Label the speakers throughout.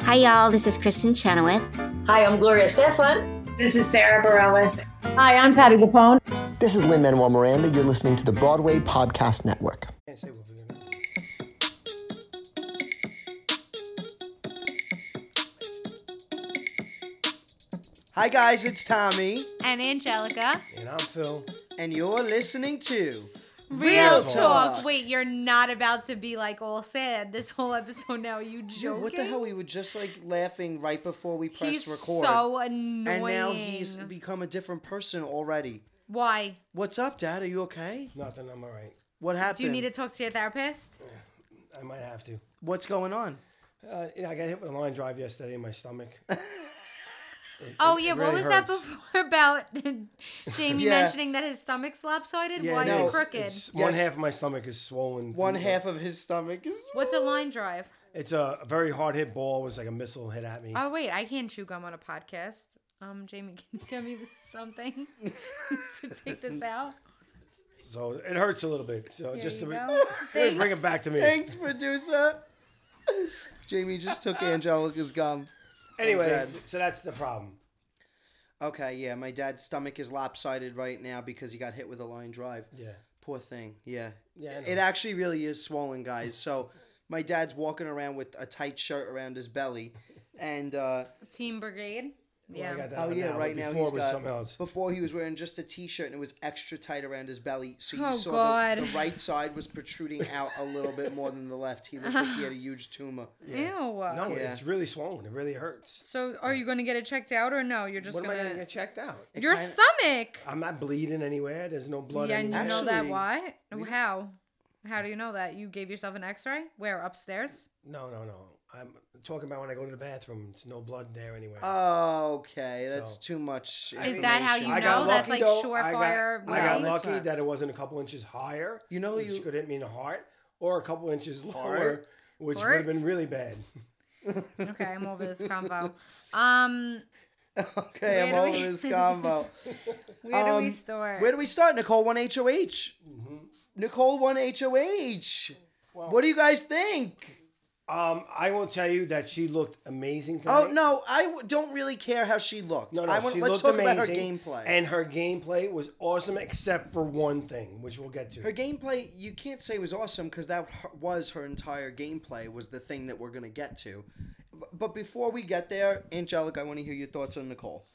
Speaker 1: Hi, y'all. This is Kristen Chenoweth.
Speaker 2: Hi, I'm Gloria Stefan.
Speaker 3: This is Sarah Bareilles.
Speaker 4: Hi, I'm Patty Lapone.
Speaker 5: This is Lynn Manuel Miranda. You're listening to the Broadway Podcast Network.
Speaker 6: Hi, guys, it's Tommy.
Speaker 7: and Angelica.
Speaker 6: And I'm Phil. And you're listening to.
Speaker 7: Real talk.
Speaker 6: talk.
Speaker 7: Wait, you're not about to be like all sad this whole episode now. Are you joking?
Speaker 6: Dude, what the hell? We were just like laughing right before we pressed
Speaker 7: He's
Speaker 6: record.
Speaker 7: so annoying.
Speaker 6: and now he's become a different person already.
Speaker 7: Why?
Speaker 6: What's up, Dad? Are you okay?
Speaker 8: Nothing. I'm all right.
Speaker 6: What happened?
Speaker 7: Do you need to talk to your therapist?
Speaker 8: I might have to.
Speaker 6: What's going on?
Speaker 8: Uh, yeah, I got hit with a line drive yesterday in my stomach.
Speaker 7: Oh yeah, what
Speaker 8: really
Speaker 7: was that
Speaker 8: hurts.
Speaker 7: before about Jamie
Speaker 6: Yeah.
Speaker 7: mentioning that his stomach's lopsided? Why
Speaker 6: no,
Speaker 7: is it
Speaker 6: it's-
Speaker 7: crooked?
Speaker 8: it's- One
Speaker 6: Yes.
Speaker 8: half of my stomach is swollen.
Speaker 6: One
Speaker 8: from-
Speaker 6: half of his stomach is.
Speaker 7: What's a line drive?
Speaker 8: It's a very hard hit ball. It was like a missile hit at me.
Speaker 7: Oh wait, I can't chew gum on a podcast. Um, Jamie, can you get me this- something to take this out?
Speaker 8: So it hurts a little bit. So
Speaker 7: There
Speaker 8: just to
Speaker 7: you
Speaker 8: re-
Speaker 7: go. Thanks.
Speaker 8: bring it back to me.
Speaker 6: Thanks, producer. Jamie just took Angelica's gum.
Speaker 8: Anyway,
Speaker 6: I'm dead.
Speaker 8: so that's the problem.
Speaker 6: Okay, yeah, my dad's stomach is lopsided right now because he got hit with a line drive.
Speaker 8: Yeah.
Speaker 6: Poor thing. Yeah.
Speaker 8: Yeah, I know.
Speaker 6: It actually really is swollen, guys. So my dad's walking around with a tight shirt around his belly, and uh,
Speaker 7: Team Brigade.
Speaker 8: Well, I
Speaker 7: Yeah.
Speaker 8: got that
Speaker 6: oh
Speaker 8: one
Speaker 6: yeah,
Speaker 8: now, but
Speaker 6: right now
Speaker 8: before
Speaker 6: he's
Speaker 8: it was
Speaker 6: got Oh,
Speaker 8: something else.
Speaker 6: before he was wearing just a t-shirt and it was extra tight around his belly, so you
Speaker 7: Oh,
Speaker 6: saw
Speaker 7: God.
Speaker 6: The, the right side was protruding out a little bit more than the left. He looked like he had a huge tumor.
Speaker 7: Ew.
Speaker 8: No,
Speaker 6: Yeah.
Speaker 8: it's really swollen. It really hurts.
Speaker 7: So are you gonna get it checked out or no? You're just
Speaker 8: What am I
Speaker 7: gonna
Speaker 8: gonna get checked out?
Speaker 7: your
Speaker 6: kinda-
Speaker 7: stomach.
Speaker 8: I'm not bleeding anywhere. There's no blood
Speaker 7: yeah, and you
Speaker 8: anywhere.
Speaker 7: know that
Speaker 6: Actually,
Speaker 7: why? How? How do you know that? You gave yourself an X-ray? Where? Upstairs?
Speaker 8: No, no, no. I'm talking about when I go to the bathroom. It's no blood there anywhere.
Speaker 6: Oh, okay, that's
Speaker 8: So-
Speaker 6: too much.
Speaker 7: Is that how
Speaker 6: information.
Speaker 7: you know? That's like surefire
Speaker 8: I got, I got
Speaker 6: way.
Speaker 8: lucky
Speaker 6: That's not-
Speaker 8: that it wasn't a couple inches higher.
Speaker 6: You know
Speaker 8: which
Speaker 6: you-
Speaker 8: could hit me in the heart, or a couple inches lower,
Speaker 6: Heart?
Speaker 8: which
Speaker 7: Heart?
Speaker 8: would have been really bad.
Speaker 7: Okay, I'm over this combo. Um,
Speaker 6: Okay, I'm
Speaker 7: Where do
Speaker 6: over
Speaker 7: we-
Speaker 6: this combo.
Speaker 7: where do we
Speaker 6: Um,
Speaker 7: start?
Speaker 6: Where do we start? Nicole one H O H. Nicole one H O H. What do you guys think?
Speaker 8: Um, I will tell you that she looked amazing. Tonight.
Speaker 6: Oh no, I w- don't really care how she looked.
Speaker 8: No, no,
Speaker 6: I want,
Speaker 8: she
Speaker 6: let's
Speaker 8: looked
Speaker 6: talk
Speaker 8: amazing,
Speaker 6: about her gameplay.
Speaker 8: and her gameplay was awesome, except for one thing, which we'll get to.
Speaker 6: her gameplay, you can't say was awesome because that h- was her entire gameplay. Was the thing that we're gonna get to. B- But before we get there, Angelica, I want to hear your thoughts on Nicole.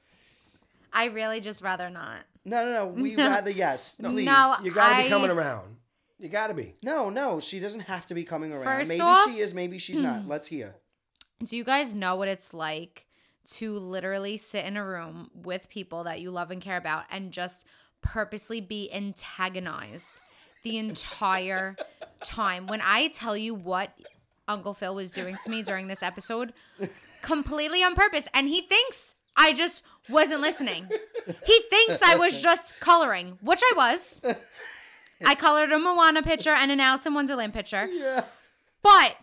Speaker 7: I really just rather not.
Speaker 6: No, no, no. We rather yes, please.
Speaker 7: No,
Speaker 8: you gotta
Speaker 7: I-
Speaker 8: be coming around. You gotta be.
Speaker 6: No, no, she doesn't have to be coming around.
Speaker 7: First
Speaker 6: maybe
Speaker 7: off- hmm.
Speaker 6: she is, maybe she's not. Let's hear.
Speaker 7: Do you guys know what it's like to literally sit in a room with people that you love and care about and just purposely be antagonized the entire time? When I tell you what Uncle Phil was doing to me during this episode, completely on purpose, and he thinks I just wasn't listening. He thinks I was just coloring, which I was. I colored a Moana picture and an Alice in Wonderland picture. But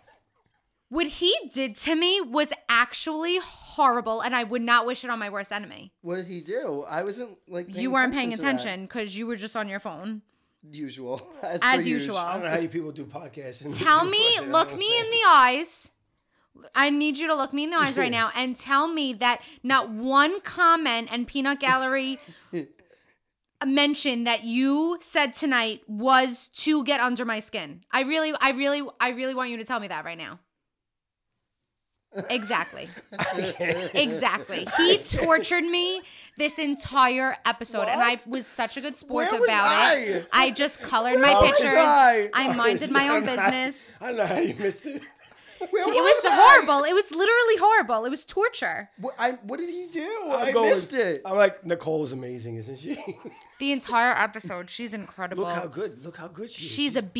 Speaker 7: what he did to me was actually horrible, and I would not wish it on my worst enemy.
Speaker 6: What did he do? I wasn't like
Speaker 7: you weren't paying
Speaker 6: to that.
Speaker 7: attention because you were just on your phone,
Speaker 6: usual. As,
Speaker 7: as
Speaker 6: per
Speaker 7: usual.
Speaker 8: I don't know how you people do podcasts. and-
Speaker 7: Tell me,
Speaker 8: I don't
Speaker 7: look me in
Speaker 8: understand.
Speaker 7: the eyes. I need you to look me in the eyes right now and tell me that not one comment and peanut gallery mention that you said tonight was to get under my skin. I really, I really, I really want you to tell me that right now. Exactly. exactly. He tortured me this entire episode, and I was such a good sport
Speaker 6: Where was
Speaker 7: about it. I just colored my
Speaker 6: was
Speaker 7: pictures.
Speaker 6: I?
Speaker 7: I minded my own
Speaker 8: I'm not-
Speaker 7: business.
Speaker 8: I don't know how you missed it.
Speaker 6: Where
Speaker 7: It was horrible. It was literally horrible. It was torture.
Speaker 6: What, I, what did he do?
Speaker 8: I'm
Speaker 6: i
Speaker 8: going-
Speaker 6: missed it.
Speaker 8: I'm like Nicole's amazing, isn't she?
Speaker 7: The entire episode. She's incredible.
Speaker 8: look how good. Look how good she is.
Speaker 7: She's a
Speaker 8: talented,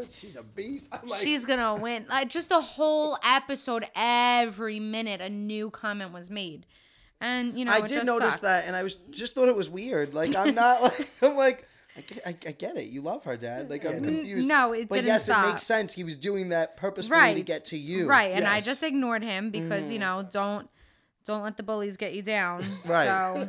Speaker 7: beast.
Speaker 8: She's a beast. I'm like,
Speaker 7: She's gonna win. Like just the whole episode, every minute, a new comment was made, and you know
Speaker 6: I
Speaker 7: it
Speaker 6: did
Speaker 7: just
Speaker 6: notice
Speaker 7: sucked.
Speaker 6: that, and I was just thought it was weird. Like I'm not like I'm like. I get, I, I get it. You love her, Dad. Like I'm confused.
Speaker 7: no, it
Speaker 6: but
Speaker 7: didn't
Speaker 6: yes,
Speaker 7: stop.
Speaker 6: it makes sense. He was doing that purposefully
Speaker 7: right
Speaker 6: to get to you.
Speaker 7: right? And I
Speaker 8: Yes.
Speaker 7: just ignored him because you know don't don't let the bullies get you down.
Speaker 6: Right.
Speaker 7: So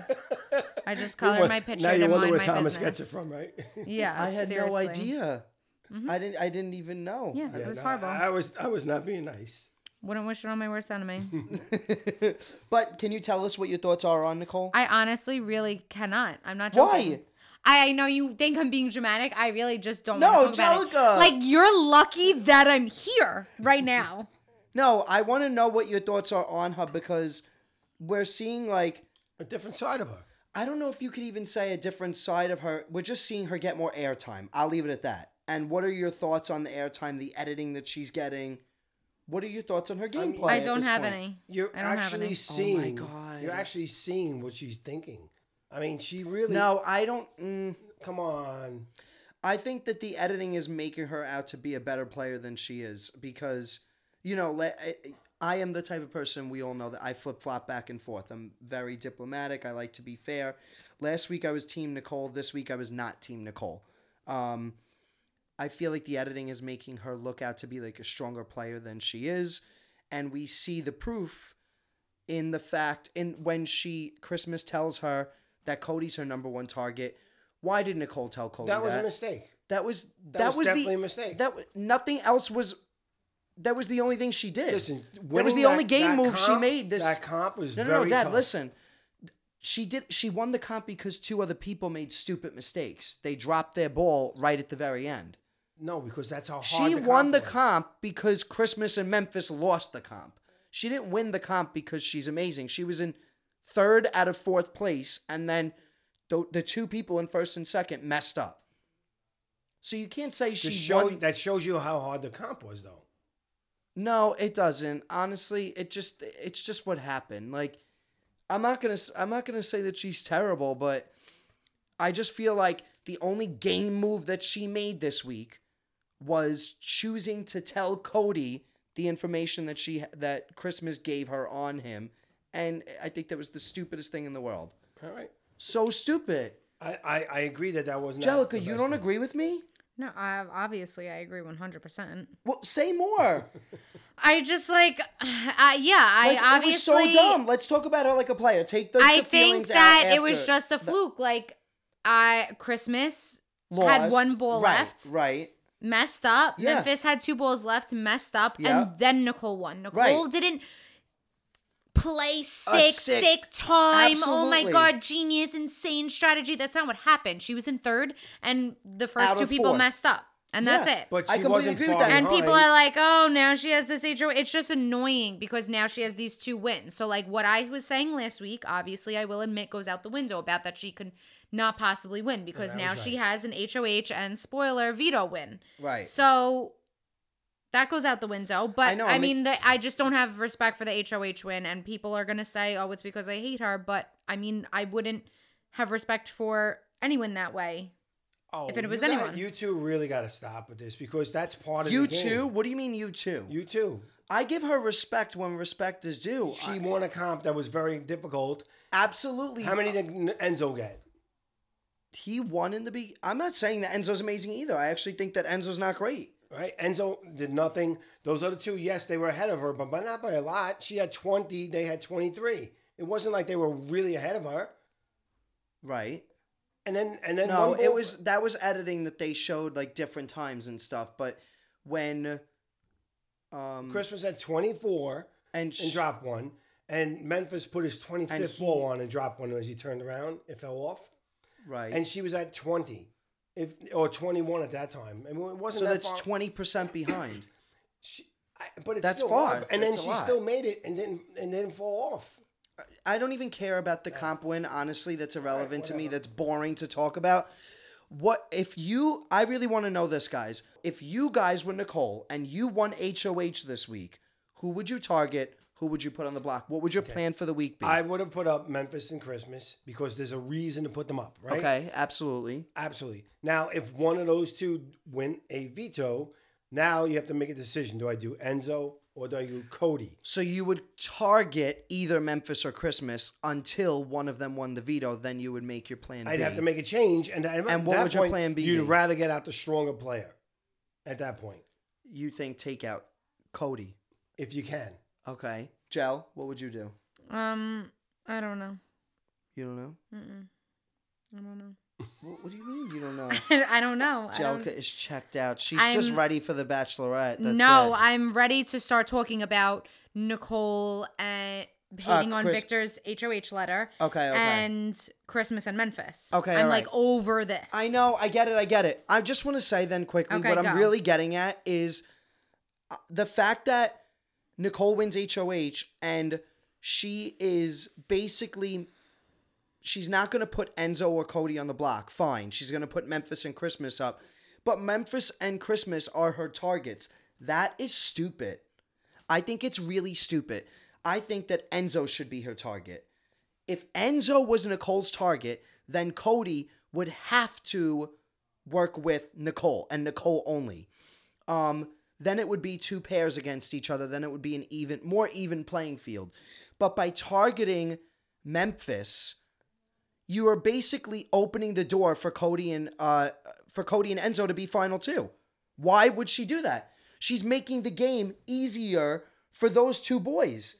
Speaker 7: I just colored my picture
Speaker 8: Now
Speaker 7: to
Speaker 8: you wonder
Speaker 7: mind
Speaker 8: where
Speaker 7: my
Speaker 8: Thomas
Speaker 7: business.
Speaker 8: gets it from, right?
Speaker 7: Yeah,
Speaker 6: I had
Speaker 7: seriously. Mm-hmm.
Speaker 6: no idea. I didn't. I didn't even know.
Speaker 7: Yeah, it was
Speaker 8: No,
Speaker 7: horrible.
Speaker 8: I, I was I was not being nice.
Speaker 7: Wouldn't wish it on my worst enemy.
Speaker 6: but can you tell us what your thoughts are on Nicole?
Speaker 7: I honestly really cannot. I'm not joking.
Speaker 6: Why?
Speaker 7: I, I know you think I'm being dramatic. I really just don't.
Speaker 6: No,
Speaker 7: No, Angelica.
Speaker 6: Angelica.
Speaker 7: Like you're lucky that I'm here right now.
Speaker 6: No, I want to know what your thoughts are on her because we're seeing like
Speaker 8: A different side of her.
Speaker 6: I don't know if you could even say a different side of her. We're just seeing her get more airtime. I'll leave it at that. And what are your thoughts on the airtime, the editing that she's getting? What are your thoughts on her gameplay?
Speaker 7: I
Speaker 6: at
Speaker 7: don't
Speaker 6: this
Speaker 7: have
Speaker 6: point?
Speaker 7: any.
Speaker 8: You're
Speaker 7: I don't have
Speaker 8: actually
Speaker 7: any.
Speaker 8: seeing.
Speaker 6: Oh God.
Speaker 8: You're actually seeing what she's thinking. I mean, she really.
Speaker 6: No, I don't. Mm,
Speaker 8: Come on.
Speaker 6: I think that the editing is making her out to be a better player than she is because, you know, le- I, I am the type of person we all know that I flip flop back and forth. I'm very diplomatic. I like to be fair. Last week I was Team Nicole. This week I was not Team Nicole. Um, I feel like the editing is making her look out to be like a stronger player than she is. And we see the proof in the fact in when she Christmas tells her that Cody's her number one target. Why did Nicole tell Cody
Speaker 8: That was a mistake.
Speaker 6: that was that,
Speaker 8: That, was,
Speaker 6: was,
Speaker 8: definitely
Speaker 6: the
Speaker 8: a mistake.
Speaker 6: that was, nothing else was. That was the only thing she did.
Speaker 8: Listen,
Speaker 6: that was
Speaker 8: winning
Speaker 6: the only game
Speaker 8: that
Speaker 6: move she
Speaker 8: comp-
Speaker 6: made. This
Speaker 8: that comp was
Speaker 6: no, no,
Speaker 8: very
Speaker 6: no, Dad.
Speaker 8: tough.
Speaker 6: Listen, she did. She won the comp because two other people made stupid mistakes. They dropped their ball right at the very end.
Speaker 8: No, because that's how hard
Speaker 6: She
Speaker 8: the
Speaker 6: won the
Speaker 8: was.
Speaker 6: comp because Christmas and Memphis lost the comp. She didn't win the comp because she's amazing. She was in third out of fourth place, and then the, the two people in first and second messed up. So you can't say she
Speaker 8: To show-
Speaker 6: won.
Speaker 8: that shows you how hard the comp was, though.
Speaker 6: No, it doesn't. Honestly, it just it's just what happened. Like I'm not going to I'm not going to say that she's terrible, but I just feel like the only game move that she made this week was choosing to tell Cody the information that she that Christmas gave her on him, and I think that was the stupidest thing in the world.
Speaker 8: All right.
Speaker 6: So stupid.
Speaker 8: I, I, I agree that that was not.
Speaker 6: Angelica,
Speaker 8: the
Speaker 6: you
Speaker 8: best
Speaker 6: don't
Speaker 8: thing.
Speaker 6: agree with me?
Speaker 7: No, I, obviously I agree one hundred percent.
Speaker 6: Well, say more.
Speaker 7: I just like, uh, yeah. I
Speaker 6: Like,
Speaker 7: obviously.
Speaker 6: it was so dumb. Let's talk about her like a player. Take the,
Speaker 7: I
Speaker 6: the
Speaker 7: think
Speaker 6: feelings
Speaker 7: that
Speaker 6: out
Speaker 7: it was
Speaker 6: after
Speaker 7: just a fluke. like I Christmas had
Speaker 6: lost.
Speaker 7: one ball
Speaker 6: Right,
Speaker 7: left.
Speaker 6: Right.
Speaker 7: messed up.
Speaker 6: Yeah.
Speaker 7: Memphis had two balls left, messed up,
Speaker 6: Yeah.
Speaker 7: and then Nicole won. Nicole
Speaker 6: Right.
Speaker 7: didn't play sick,
Speaker 6: sick-
Speaker 7: sick, time. Oh my
Speaker 6: Absolutely.
Speaker 7: god, genius, insane strategy. That's not what happened. She was in third, and the first
Speaker 6: Out
Speaker 7: two
Speaker 6: of
Speaker 7: people
Speaker 6: fourth.
Speaker 7: messed up, and that's
Speaker 6: Yeah.
Speaker 7: it.
Speaker 8: But she
Speaker 6: I completely
Speaker 8: wasn't
Speaker 6: agree with
Speaker 8: far
Speaker 6: that.
Speaker 7: and people
Speaker 8: behind.
Speaker 7: are like, oh, now she has this HO. It's just annoying because now she has these two wins. So, like, what I was saying last week, obviously, I will admit, goes out the window about that she could not possibly win because
Speaker 8: that
Speaker 7: now
Speaker 8: was
Speaker 7: she
Speaker 8: right.
Speaker 7: has an HOH and spoiler veto win.
Speaker 6: Right.
Speaker 7: So that goes out the window. But I,
Speaker 6: know, I
Speaker 7: mean,
Speaker 6: mean-
Speaker 7: the, I just don't have respect for the HOH win. And people are going to say, oh, it's because I hate her. But I mean, I wouldn't have respect for anyone that way.
Speaker 8: Oh,
Speaker 7: if it
Speaker 8: you
Speaker 7: was
Speaker 8: got-
Speaker 7: anyone.
Speaker 8: you two really got to stop with this because that's part of
Speaker 6: You
Speaker 8: the game.
Speaker 6: too? What do you mean you too?
Speaker 8: You too.
Speaker 6: I give her respect when respect is due.
Speaker 8: She
Speaker 6: I-
Speaker 8: won a comp that was very difficult.
Speaker 6: absolutely.
Speaker 8: How many did Enzo get?
Speaker 6: he won in the be? I'm not saying that Enzo's amazing either. I actually think that Enzo's not great.
Speaker 8: Right? Enzo did nothing. Those other two, yes, they were ahead of her, but by- not by a lot. She had 20, they had 23. It wasn't like they were really ahead of her.
Speaker 6: Right.
Speaker 8: And then, and then,
Speaker 6: no,
Speaker 8: one
Speaker 6: it
Speaker 8: ball-
Speaker 6: was that was editing that they showed like different times and stuff. But when, um,
Speaker 8: Christmas at 24
Speaker 6: and,
Speaker 8: and
Speaker 6: sh-
Speaker 8: dropped one. And Memphis put his 25th
Speaker 6: he-
Speaker 8: ball on and dropped one as he turned around. It fell off.
Speaker 6: right,
Speaker 8: And she was at 20 if or 21 at that time. And it wasn't
Speaker 6: so
Speaker 8: that
Speaker 6: that's
Speaker 8: far.
Speaker 6: twenty percent behind.
Speaker 8: She, I, but it's
Speaker 6: That's
Speaker 8: still
Speaker 6: far.
Speaker 8: Off. And then
Speaker 6: That's a
Speaker 8: she
Speaker 6: lot.
Speaker 8: still made it and didn't and didn't fall off.
Speaker 6: I don't even care about the comp win. Honestly, that's irrelevant to me.
Speaker 8: whatever.
Speaker 6: That's boring to talk about. What if you? I really want to know this, guys. If you guys were Nicole and you won HOH this week, who would you target? Who would you put on the block? What would your plan for the week be?
Speaker 8: I would have put up Memphis and Christmas because there's a reason to put them up, right?
Speaker 6: Okay, absolutely.
Speaker 8: Absolutely. Now, if one of those two win a veto, now you have to make a decision. Do I do Enzo or do I do Cody?
Speaker 6: So you would target either Memphis or Christmas until one of them won the veto. Then you would make your plan.
Speaker 8: I'd
Speaker 6: B.
Speaker 8: have to make a change. And, at
Speaker 6: And what
Speaker 8: that
Speaker 6: would your
Speaker 8: point,
Speaker 6: plan B
Speaker 8: You'd
Speaker 6: be?
Speaker 8: rather get out the stronger player at that point,
Speaker 6: You think take out Cody?
Speaker 8: if you can.
Speaker 6: Okay, Jel, what would you do?
Speaker 7: Um, I don't know.
Speaker 6: You don't know.
Speaker 7: Mm-mm. I don't know.
Speaker 6: What, what do you mean you don't know?
Speaker 7: I don't know. I don't-
Speaker 6: Jelka is checked out. She's just
Speaker 7: I'm-
Speaker 6: ready for the Bachelorette. That's
Speaker 7: no,
Speaker 6: it.
Speaker 7: I'm ready to start talking about Nicole and hating on
Speaker 6: Uh, Chris-
Speaker 7: Victor's HOH letter
Speaker 6: Okay, okay.
Speaker 7: and Christmas in Memphis.
Speaker 6: Okay,
Speaker 7: I'm
Speaker 6: all
Speaker 7: like
Speaker 6: right.
Speaker 7: over this.
Speaker 6: I know. I get it. I get it. I just want to say then quickly
Speaker 7: Okay,
Speaker 6: what
Speaker 7: go.
Speaker 6: I'm really getting at is uh, the fact that Nicole wins HOH and she is basically she's not going to put Enzo or Cody on the block. Fine. She's going to put Memphis and Christmas up. But Memphis and Christmas are her targets. That is stupid. I think it's really stupid. I think that Enzo should be her target if Enzo was Nicole's target, then Cody would have to work with Nicole and Nicole only. Um, then it would be two pairs against each other. Then it would be an even, more even playing field. But by targeting Memphis, you are basically opening the door for Cody and uh, for Cody and Enzo to be final two. Why would she do that? She's making the game easier for those two boys.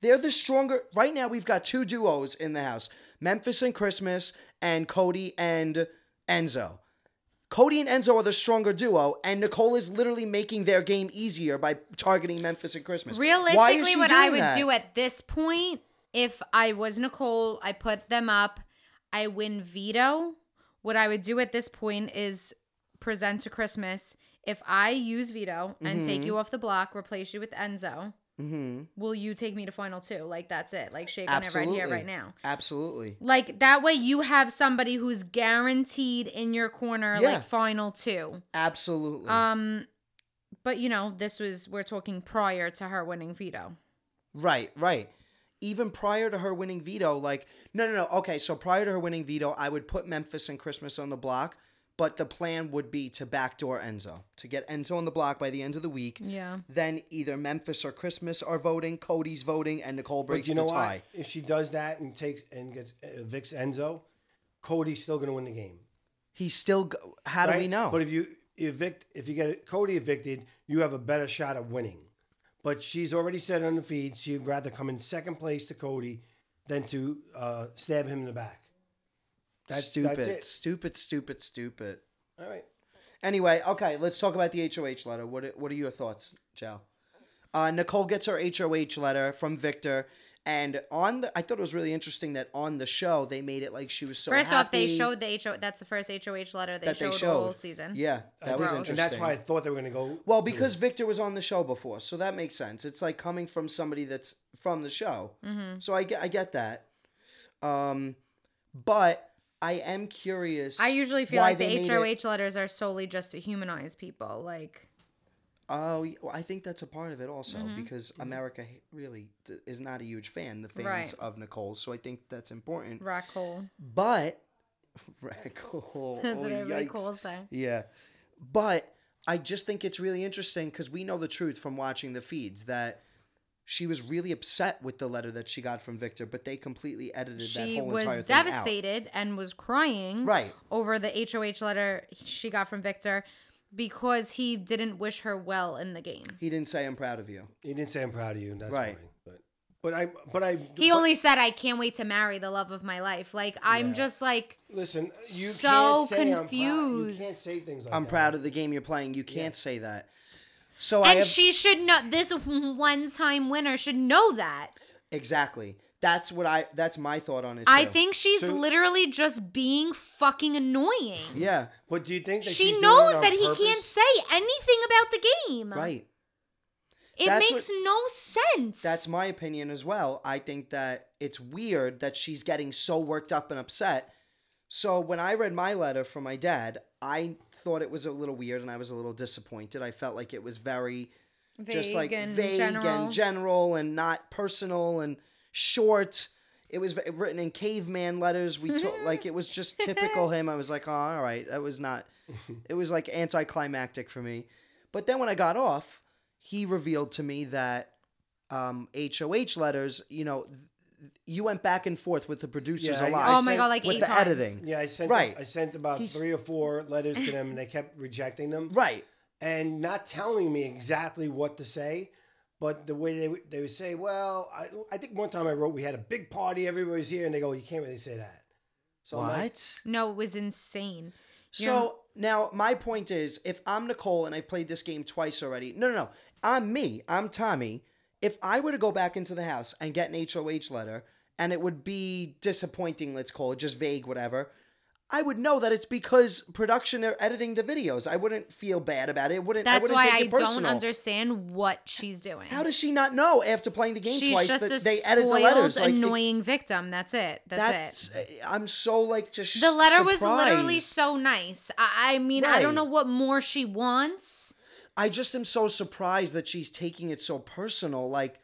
Speaker 6: They're the stronger. Right now, we've got two duos in the house Memphis and Christmas, and Cody and Enzo. Cody and Enzo are the stronger duo, and Nicole is literally making their game easier by targeting Memphis and Christmas. Why is
Speaker 7: Realistically,
Speaker 6: she
Speaker 7: what
Speaker 6: doing
Speaker 7: I would
Speaker 6: that?
Speaker 7: do at this point, if I was Nicole, I put them up, I win veto. What I would do at this point is present to Christmas. If I use veto and
Speaker 6: Mm-hmm.
Speaker 7: take you off the block, replace you with Enzo,
Speaker 6: Mhm.
Speaker 7: will you take me to final two? Like, that's it. Like, shake on it right
Speaker 6: Absolutely.
Speaker 7: here, right now.
Speaker 6: Absolutely.
Speaker 7: Like, that way you have somebody who's guaranteed in your corner,
Speaker 6: Yeah.
Speaker 7: like, final two.
Speaker 6: Absolutely.
Speaker 7: Um, but you know, this was we're talking prior to her winning veto.
Speaker 6: Right, right. Even prior to her winning veto, like no, no, no. Okay, so prior to her winning veto, I would put Memphis and Christmas on the block, but the plan would be to backdoor Enzo to get Enzo on the block by the end of the week.
Speaker 7: Yeah.
Speaker 6: Then either Memphis or Christmas are voting, Cody's voting, and Nicole breaks
Speaker 8: But you know
Speaker 6: the
Speaker 8: what?
Speaker 6: tie.
Speaker 8: If she does that and takes and gets uh, evicts Enzo, Cody's still going to win the game.
Speaker 6: He's still. Go- How do we
Speaker 8: right?
Speaker 6: know?
Speaker 8: But if you evict, if you get Cody evicted, you have a better shot at winning. But she's already said on the feed she'd rather come in second place to Cody than to uh, stab him in the back. That's
Speaker 6: stupid,
Speaker 8: That's
Speaker 6: stupid, stupid, stupid.
Speaker 8: it. All right.
Speaker 6: Anyway, okay, let's talk about the HOH letter. What are- what are your thoughts, Jal? Uh, Nicole gets her HOH letter from Victor, and on the I thought it was really interesting that on the show they made it like she was so
Speaker 7: first off, they
Speaker 6: happy
Speaker 7: showed the HO. That's the first HOH letter they,
Speaker 6: that
Speaker 7: showed,
Speaker 6: they
Speaker 7: the
Speaker 6: showed
Speaker 7: whole season.
Speaker 6: Yeah, that
Speaker 7: Gross.
Speaker 6: was interesting.
Speaker 8: And that's why I thought they were going to go.
Speaker 6: well, because Victor was on the show before, so that makes sense. It's like coming from somebody that's from the show,
Speaker 7: Mm-hmm. Mm.
Speaker 6: so I get I get that. Um, but I am curious.
Speaker 7: I usually feel
Speaker 6: why
Speaker 7: like
Speaker 6: they made
Speaker 7: the
Speaker 6: it-
Speaker 7: HOH letters are solely just to humanize people. Like,
Speaker 6: Oh, y- well, I think that's a part of it also
Speaker 7: Mm-hmm.
Speaker 6: because America h- really d- is not a huge fan, the fans
Speaker 7: Right.
Speaker 6: of Nicole. So I think that's important.
Speaker 7: rock hole.
Speaker 6: But, Rackhole.
Speaker 7: That's
Speaker 6: oh,
Speaker 7: what everybody calls
Speaker 6: yikes.
Speaker 7: that.
Speaker 6: Yeah. But I just think it's really interesting because we know the truth from watching the feeds that she was really upset with the letter that she got from Victor, but they completely edited that
Speaker 7: She
Speaker 6: whole entire
Speaker 7: was
Speaker 6: thing out.
Speaker 7: devastated and was crying
Speaker 6: Right.
Speaker 7: over the HOH letter she got from Victor because he didn't wish her well in the game.
Speaker 6: He didn't say, I'm proud of you.
Speaker 8: He didn't say I'm proud of you. and That's
Speaker 6: Right.
Speaker 8: right. But but I but I
Speaker 7: He
Speaker 8: but-
Speaker 7: only said, "I can't wait to marry the love of my life." Like, I'm just like,
Speaker 8: listen. You
Speaker 7: so
Speaker 8: can't say I'm proud-
Speaker 7: confused.
Speaker 8: You can't say things like
Speaker 6: I'm
Speaker 8: that.
Speaker 6: proud of the game you're playing. You can't say that. So Oh, I
Speaker 7: and
Speaker 6: have-
Speaker 7: she should know. This one-time winner should know that.
Speaker 6: Exactly. That's what I. That's my thought on it.
Speaker 7: I
Speaker 6: too.
Speaker 7: think she's literally just being fucking annoying.
Speaker 6: Yeah.
Speaker 8: But do you think that she's
Speaker 7: She
Speaker 8: doing it
Speaker 7: knows
Speaker 8: on
Speaker 7: that he
Speaker 8: purpose?
Speaker 7: can't say anything about the game.
Speaker 6: Right.
Speaker 7: It
Speaker 6: That's
Speaker 7: makes
Speaker 6: what-
Speaker 7: no sense.
Speaker 6: That's my opinion as well. I think that it's weird that she's getting so worked up and upset. So when I read my letter from my dad, I thought it was a little weird and I was a little disappointed. I felt like it was very just like vague and general and not personal and short. It was v- written in caveman letters. We took like it was just typical him. I was like, oh, all right, that was not. It was like anticlimactic for me. But then when I got off, he revealed to me that um, HOH letters, you know, th- th- you went back and forth with the producers
Speaker 8: Yeah,
Speaker 6: a
Speaker 8: I-
Speaker 6: lot
Speaker 8: I
Speaker 7: oh my
Speaker 8: said-
Speaker 7: god, like
Speaker 6: with
Speaker 7: eight
Speaker 6: the
Speaker 7: times.
Speaker 6: editing.
Speaker 8: Yeah, I sent
Speaker 6: Right.
Speaker 8: I sent about
Speaker 6: He's-
Speaker 8: three or four letters to them, and they kept rejecting them.
Speaker 6: Right.
Speaker 8: and not telling me exactly what to say, but the way they would- they would say, well, I, I think one time I wrote we had a big party, everybody's here, and they go, you can't really say that. So I'm like,
Speaker 6: what?
Speaker 7: No, it was insane.
Speaker 6: So now my point is, if I'm Nicole and I've played this game twice already, no, no, no, I'm me, I'm Tommy. If I were to go back into the house and get an HOH letter, and it would be disappointing, let's call it just vague, whatever. I would know that it's because production are editing the videos. I wouldn't feel bad about it. it wouldn't. I
Speaker 7: That's
Speaker 6: wouldn't
Speaker 7: why
Speaker 6: take
Speaker 7: I
Speaker 6: it personal.
Speaker 7: don't understand what she's doing.
Speaker 6: How does she not know after playing the game
Speaker 7: She's
Speaker 6: twice
Speaker 7: just
Speaker 6: that
Speaker 7: a
Speaker 6: they edit the
Speaker 7: spoiled,
Speaker 6: letters? Like, it- eh,
Speaker 7: annoying victim. That's it. That's, it.
Speaker 6: I'm so like just
Speaker 7: The letter was literally
Speaker 6: surprised.
Speaker 7: so nice. I, I mean, I
Speaker 6: Right.
Speaker 7: don't know what more she wants.
Speaker 6: I just am so surprised that she's taking it so personal. Like,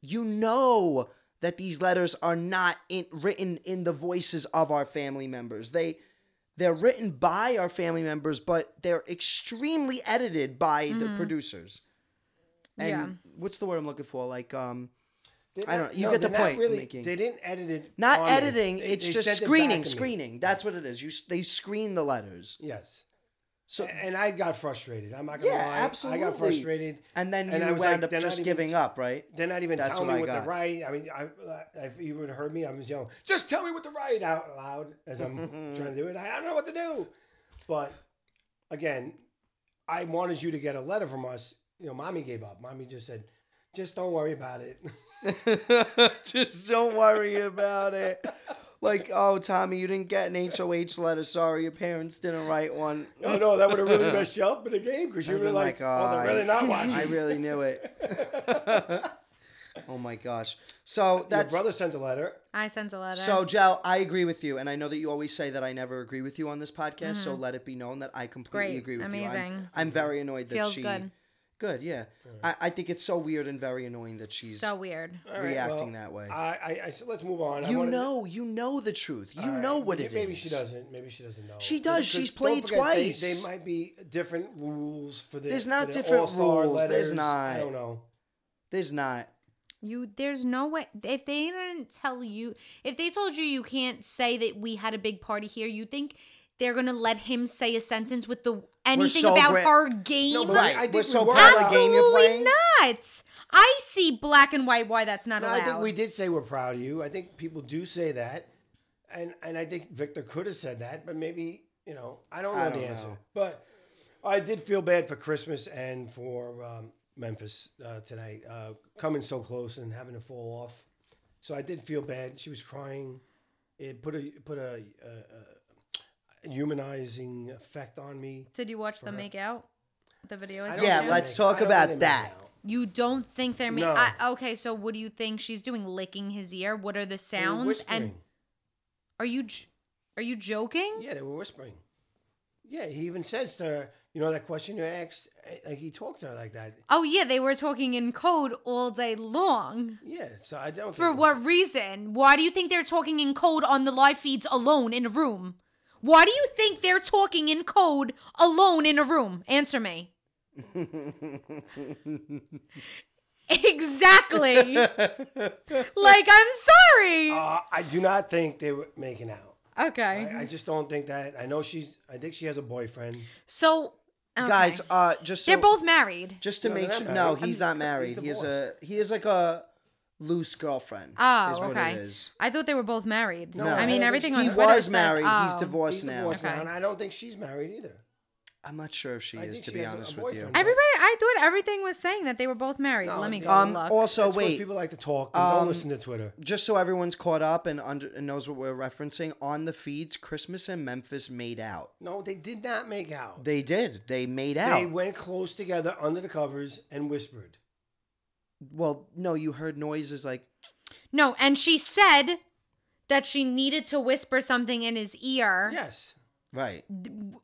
Speaker 6: you know that these letters are not in, written in the voices of our family members. They they're written by our family members, but they're extremely edited by the producers. And
Speaker 7: Yeah.
Speaker 6: what's the word I'm looking for? Like, um,
Speaker 8: they're
Speaker 6: I
Speaker 8: not-
Speaker 6: don't- you
Speaker 8: no,
Speaker 6: get the
Speaker 8: they're not
Speaker 6: point I'm
Speaker 8: Really,
Speaker 6: making.
Speaker 8: They didn't edit it.
Speaker 6: not
Speaker 8: on me.
Speaker 6: editing.
Speaker 8: They-
Speaker 6: it's
Speaker 8: they
Speaker 6: just
Speaker 8: sent it back to
Speaker 6: screening.
Speaker 8: me.
Speaker 6: Screening. That's what it is. You s- they screen the letters.
Speaker 8: Yes.
Speaker 6: So
Speaker 8: And I got frustrated. I'm not gonna
Speaker 6: Yeah,
Speaker 8: lie. I
Speaker 6: absolutely.
Speaker 8: got frustrated.
Speaker 6: and then
Speaker 8: and I
Speaker 6: you
Speaker 8: was
Speaker 6: wound
Speaker 8: like,
Speaker 6: up
Speaker 8: they're not
Speaker 6: just
Speaker 8: even-
Speaker 6: giving up, right?
Speaker 8: They're not even
Speaker 6: That's
Speaker 8: telling
Speaker 6: what
Speaker 8: me
Speaker 6: I
Speaker 8: what
Speaker 6: got.
Speaker 8: the right. I mean, I, I- if you would have heard me, I was yelling, "Just tell me what the right!" out loud as I'm trying to do it. I, I don't know what to do. But again, I wanted you to get a letter from us. You know, mommy gave up. Mommy just said, "Just don't worry about it."
Speaker 6: just don't worry about it. Like, oh, Tommy, you didn't get an HOH letter. Sorry, your parents didn't write one.
Speaker 8: no, Oh, no, that would have really messed you up in the game because you
Speaker 6: I'd
Speaker 8: were
Speaker 6: been
Speaker 8: like,
Speaker 6: like,
Speaker 8: "Oh,
Speaker 6: "Oh,
Speaker 8: they're really not watching."
Speaker 6: I really knew it. oh my gosh. So that's
Speaker 8: Your brother sent a letter.
Speaker 7: I sent a letter.
Speaker 6: so, Jel. I agree with you, and I know that you always say that I never agree with you on this podcast. So let it be known that I completely
Speaker 7: Mm. Great.
Speaker 6: agree with you. I'm-
Speaker 7: Amazing.
Speaker 6: I'm, very annoyed that
Speaker 7: feels
Speaker 6: she.
Speaker 7: good.
Speaker 6: Good, yeah. I, I think it's so weird and very annoying that she's
Speaker 7: So weird.
Speaker 8: All right,
Speaker 6: reacting
Speaker 8: well,
Speaker 6: that way.
Speaker 8: I, I, I said, let's move on. I
Speaker 6: you
Speaker 8: wanted to-
Speaker 6: know, you know the truth. You
Speaker 8: All right,
Speaker 6: know what it
Speaker 8: maybe
Speaker 6: is.
Speaker 8: Maybe she doesn't. Maybe she doesn't know.
Speaker 6: She does.
Speaker 8: Because
Speaker 6: She's
Speaker 8: don't
Speaker 6: played
Speaker 8: forget, they- They,
Speaker 6: twice.
Speaker 8: might be different rules for this.
Speaker 6: There's not different rules. There's not.
Speaker 8: I don't know.
Speaker 6: There's not.
Speaker 7: You there's no way if they didn't tell you if they told you you can't say that we had a big party here, you think they're gonna let him say a sentence with the anything
Speaker 6: so
Speaker 7: about
Speaker 6: gra-
Speaker 7: our game?
Speaker 8: No, but
Speaker 6: Right.
Speaker 8: I think
Speaker 6: We're
Speaker 8: we
Speaker 6: so
Speaker 8: were
Speaker 6: proud of
Speaker 8: allowed-
Speaker 6: the game you're playing.
Speaker 7: Absolutely not. I see black and white why that's not
Speaker 8: No,
Speaker 7: allowed.
Speaker 8: I think we did say we're proud of you. I think people do say that, and and I think Victor could have said that, but maybe you know I don't know
Speaker 6: I
Speaker 8: the
Speaker 6: don't
Speaker 8: answer.
Speaker 6: know.
Speaker 8: But I did feel bad for Christmas and for um, Memphis uh, tonight, uh, coming so close and having to fall off. So I did feel bad. She was crying. It put a put a, a, a humanizing effect on me.
Speaker 7: Did you watch them make out? The video
Speaker 8: I
Speaker 7: is
Speaker 8: don't
Speaker 6: Yeah,
Speaker 8: think they
Speaker 7: out?
Speaker 6: let's
Speaker 8: make-
Speaker 6: talk
Speaker 8: I don't
Speaker 6: about
Speaker 8: think they make
Speaker 6: that.
Speaker 8: out.
Speaker 7: You don't think they're ma-
Speaker 8: No.
Speaker 7: I, okay? So what do you think she's doing? Licking his ear? What are the
Speaker 8: They were
Speaker 7: sounds? And
Speaker 8: whispering.
Speaker 7: are you j- are you joking?
Speaker 8: Yeah, they were whispering. Yeah, he even says to her, you know, that question you asked, eh, like he talked to her like that.
Speaker 7: Oh yeah, they were talking in code all day long.
Speaker 8: Yeah, so I don't.
Speaker 7: For
Speaker 8: think-
Speaker 7: what reason? Why do you think they're talking in code on the live feeds alone in a room? Why do you think they're talking in code alone in a room? Answer me. exactly. like, I'm sorry.
Speaker 8: Uh, I do not think they were making out.
Speaker 7: Okay.
Speaker 8: I, I just don't think that. I know she's. I think she has a boyfriend.
Speaker 7: So, okay.
Speaker 6: Guys, uh, just so,
Speaker 7: they're both married.
Speaker 6: just to
Speaker 8: No,
Speaker 6: make
Speaker 8: they're
Speaker 6: sure.
Speaker 8: not
Speaker 6: No,
Speaker 8: married.
Speaker 6: he's
Speaker 8: I'm-
Speaker 6: not married.
Speaker 8: he's
Speaker 6: He is a he is like a loose girlfriend.
Speaker 7: Oh,
Speaker 6: is what
Speaker 7: okay.
Speaker 6: It is.
Speaker 7: I thought they were both married.
Speaker 8: No,
Speaker 7: I
Speaker 8: I
Speaker 7: mean,
Speaker 8: don't
Speaker 7: everything
Speaker 8: think
Speaker 7: on
Speaker 6: He
Speaker 8: she-
Speaker 7: Twitter
Speaker 6: was
Speaker 7: says,
Speaker 6: married. he's
Speaker 7: oh.
Speaker 6: divorced
Speaker 8: He's
Speaker 6: now.
Speaker 8: divorced
Speaker 7: Okay.
Speaker 8: now, and I don't think she's married either.
Speaker 6: I'm not sure if she
Speaker 8: I
Speaker 6: is,
Speaker 8: think
Speaker 6: to be
Speaker 8: she has a- a
Speaker 6: honest with you.
Speaker 8: boyfriend.
Speaker 7: Everybody, I thought everything was saying that they were both married.
Speaker 8: No,
Speaker 7: Let me
Speaker 8: no.
Speaker 7: go
Speaker 6: Um.
Speaker 7: look.
Speaker 6: Also,
Speaker 8: That's why
Speaker 6: wait.
Speaker 8: people like to talk. And
Speaker 6: Um,
Speaker 8: don't listen to Twitter.
Speaker 6: Just so everyone's caught up and under and knows what we're referencing on the feeds, Christmas and Memphis made out.
Speaker 8: No, they did not make out.
Speaker 6: They did. They made out.
Speaker 8: They went close together under the covers and whispered.
Speaker 6: well, no, you heard noises like
Speaker 7: No, and she said that she needed to whisper something in his ear.
Speaker 8: Yes.
Speaker 6: right.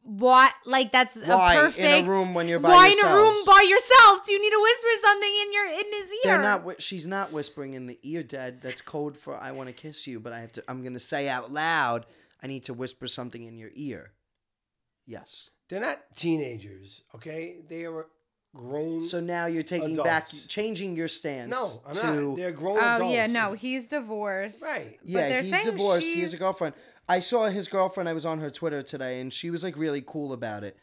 Speaker 7: What? Like that's
Speaker 6: Why in
Speaker 7: a
Speaker 6: a
Speaker 7: perfect.
Speaker 6: room when you're by
Speaker 7: Why in a room
Speaker 6: yourselves?
Speaker 7: by yourself? Do you need to whisper something in your in his ear?
Speaker 6: They're not. whi- She's not whispering in the ear, Dad. That's code for I want to kiss you, but I have to. I'm gonna say out loud. I need to whisper something in your ear. Yes.
Speaker 8: They're not teenagers, okay? They are grown.
Speaker 6: So now you're taking back,
Speaker 8: Adults.
Speaker 6: changing your stance.
Speaker 8: no, I'm
Speaker 6: to,
Speaker 8: not. They're grown adults.
Speaker 7: Oh yeah, no, he's divorced.
Speaker 8: Right.
Speaker 7: But
Speaker 6: Yeah,
Speaker 7: they're
Speaker 6: he's
Speaker 7: saying
Speaker 6: divorced.
Speaker 7: She's,
Speaker 6: He has a girlfriend. I saw his girlfriend. I was on her Twitter today, and she was like really cool about it.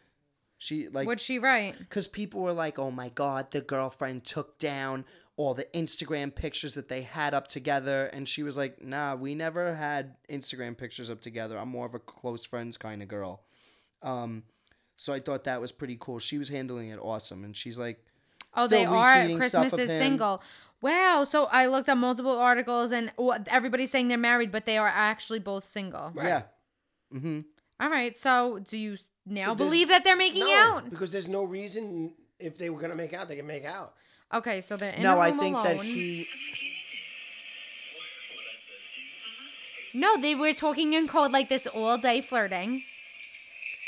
Speaker 6: She like
Speaker 7: What'd she write?
Speaker 6: because people were like, "Oh my God, the girlfriend took down all the Instagram pictures that they had up together. And she was like, nah, we never had Instagram pictures up together. I'm more of a close friends kind of girl. Um, so I thought that was pretty cool. She was handling it awesome. And she's like,
Speaker 7: Oh,
Speaker 6: still
Speaker 7: they are.
Speaker 6: retweeting stuff
Speaker 7: Christmas
Speaker 6: of
Speaker 7: is
Speaker 6: him.
Speaker 7: single. Wow. So I looked up multiple articles and wh- everybody's saying they're married, but they are actually both single.
Speaker 6: Yeah. Mm-hmm.
Speaker 7: All right. So do you s- now
Speaker 8: So there's-
Speaker 7: believe that they're making
Speaker 8: No,
Speaker 7: out?
Speaker 8: because there's no reason if they were gonna make out, they can make out.
Speaker 7: Okay. So they're in
Speaker 6: No,
Speaker 7: a
Speaker 6: I
Speaker 7: room
Speaker 6: think
Speaker 7: alone.
Speaker 6: that he.
Speaker 7: No, they were talking in code like this all day flirting.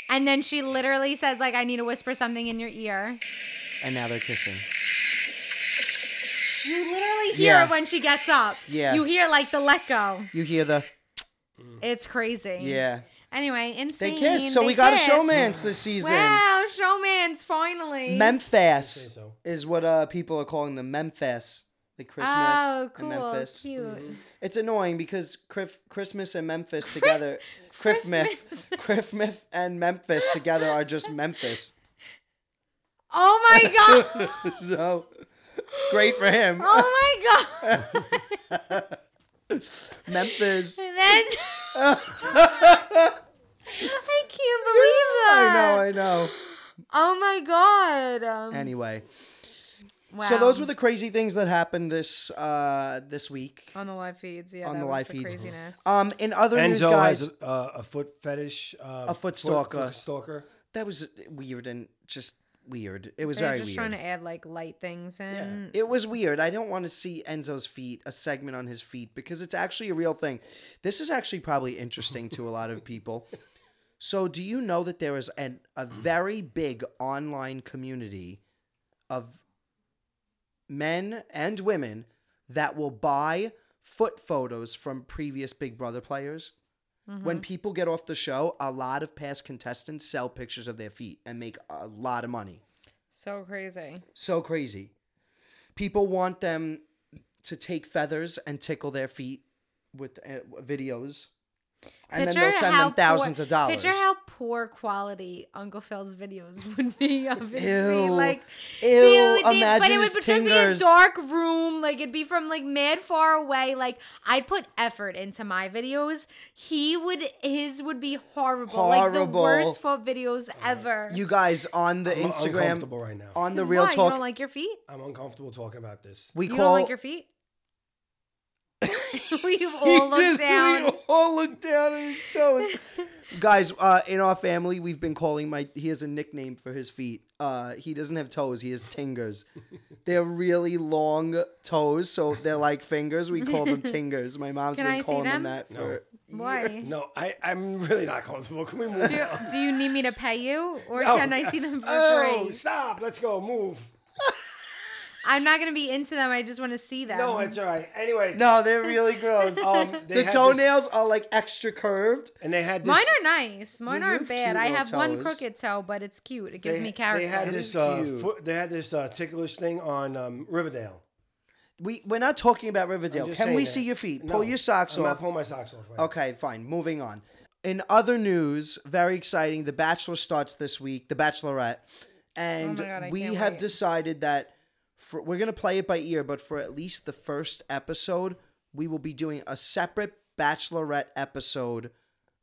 Speaker 7: And then she literally says, like, I need to whisper something in your ear.
Speaker 6: And now they're kissing.
Speaker 7: You literally hear
Speaker 6: Yeah.
Speaker 7: it when she gets up.
Speaker 6: Yeah.
Speaker 7: You hear like the let go.
Speaker 6: You hear the.
Speaker 7: It's crazy.
Speaker 6: Yeah.
Speaker 7: Anyway,
Speaker 6: They
Speaker 7: insane.
Speaker 6: kiss. So
Speaker 7: They
Speaker 6: we got a
Speaker 7: kiss.
Speaker 6: showmance this season.
Speaker 7: Wow, showman's finally.
Speaker 8: Say
Speaker 6: Memphis
Speaker 8: so.
Speaker 6: is what uh, people are calling the Memphis. The Christmas
Speaker 7: Oh,
Speaker 6: and
Speaker 7: cool,
Speaker 6: Memphis. Mm-hmm.
Speaker 7: cute.
Speaker 6: It's annoying because Crif- Christmas and Memphis together, Criffmith, Criffmith and Memphis together are just Memphis.
Speaker 7: Oh my god!
Speaker 6: So it's great for him.
Speaker 7: Oh my god!
Speaker 6: Memphis.
Speaker 7: That's. I can't believe
Speaker 6: I
Speaker 7: that.
Speaker 6: know, I know.
Speaker 7: Oh my god. Um,
Speaker 6: Anyway,
Speaker 7: wow.
Speaker 6: so those were the crazy things that happened this uh this week.
Speaker 7: on the live feeds. Oh, Yeah,
Speaker 6: on
Speaker 7: that
Speaker 6: the
Speaker 7: was
Speaker 6: live
Speaker 7: the
Speaker 6: feeds.
Speaker 7: craziness.
Speaker 6: Um, in other news,
Speaker 8: Enzo
Speaker 6: guys,
Speaker 8: has a, uh, a foot fetish. Uh,
Speaker 6: A foot stalker.
Speaker 8: foot stalker.
Speaker 6: that was weird and just weird. It was
Speaker 7: They're
Speaker 6: very
Speaker 7: just
Speaker 6: weird.
Speaker 7: trying to add like light things in.
Speaker 6: It was weird. I don't want to see Enzo's feet, a segment on his feet, because it's actually a real thing. This is actually probably interesting to a lot of people. So, do you know that there is an, a very big online community of men and women that will buy foot photos from previous Big Brother players? When people get off the show, a lot of past contestants sell pictures of their feet and make a lot of money
Speaker 7: So crazy.
Speaker 6: so crazy. People want them to take feathers and tickle their feet with uh, videos, and then they'll send
Speaker 7: how
Speaker 6: them
Speaker 7: poor-
Speaker 6: thousands of dollars.
Speaker 7: Picture how poor quality Uncle Phil's videos would be of his feet.
Speaker 6: Ew.
Speaker 7: Like,
Speaker 6: Ew,
Speaker 7: dude, they- but
Speaker 6: imagine
Speaker 7: it would
Speaker 6: his
Speaker 7: just
Speaker 6: fingers.
Speaker 7: be a dark room. Like, it'd be from like mad far away. Like, I'd put effort into my videos. He would, his would be horrible. Like the
Speaker 6: Horrible.
Speaker 7: worst foot videos ever.
Speaker 6: you guys on the
Speaker 8: I'm
Speaker 6: Instagram
Speaker 8: uncomfortable right now.
Speaker 6: on the real
Speaker 7: Why? You
Speaker 6: talk.
Speaker 7: don't like your feet?
Speaker 8: I'm uncomfortable talking about this.
Speaker 6: we
Speaker 7: You
Speaker 6: call
Speaker 7: don't like your feet? We've all looked
Speaker 6: just-
Speaker 7: down.
Speaker 6: We all look down at his toes. Guys, uh, in our family, we've been calling my. He has a nickname for his feet. Uh, he doesn't have toes. He has tingers. They're really long toes, so they're like fingers. We call them tingers. My mom's
Speaker 7: Can
Speaker 6: been
Speaker 7: I see
Speaker 6: calling them?
Speaker 7: them?
Speaker 6: that for.
Speaker 7: Why?
Speaker 8: No, I, I'm really not comfortable. Can we move?
Speaker 7: Do, do you need me to pay you, or
Speaker 8: No.
Speaker 7: can I see them for
Speaker 8: oh,
Speaker 7: free?
Speaker 8: stop! Let's go. Move.
Speaker 7: I'm not gonna be into them. I just want to see them.
Speaker 8: No, it's all right. Anyway,
Speaker 6: No, they're really gross.
Speaker 7: Oh,
Speaker 8: um,
Speaker 6: the
Speaker 8: they had this,
Speaker 6: toenails are like extra curved.
Speaker 8: and they had this.
Speaker 7: Mine are nice. Mine
Speaker 6: you
Speaker 7: aren't
Speaker 6: have
Speaker 7: bad.
Speaker 6: cute
Speaker 7: I
Speaker 6: little
Speaker 7: have one
Speaker 6: toes.
Speaker 7: crooked toe, but it's cute. It gives
Speaker 8: they,
Speaker 7: me character.
Speaker 8: They had
Speaker 6: It
Speaker 8: this.
Speaker 6: is
Speaker 8: Uh,
Speaker 6: cute.
Speaker 8: foot, they had this uh, ticklish thing on um, Riverdale.
Speaker 6: We we're not talking about Riverdale.
Speaker 8: Just
Speaker 6: Can
Speaker 8: saying
Speaker 6: we
Speaker 8: that.
Speaker 6: see your feet?
Speaker 8: No,
Speaker 6: Pull your socks
Speaker 8: I'm
Speaker 6: off.
Speaker 8: Not pulling my socks off. Right
Speaker 6: Okay, fine. Moving on. In other news, very exciting. The Bachelor starts this week. The Bachelorette, and
Speaker 7: Oh my God, I
Speaker 6: we
Speaker 7: can't
Speaker 6: have
Speaker 7: wait.
Speaker 6: decided that for, we're gonna play it by ear. But for at least the first episode, we will be doing a separate Bachelorette episode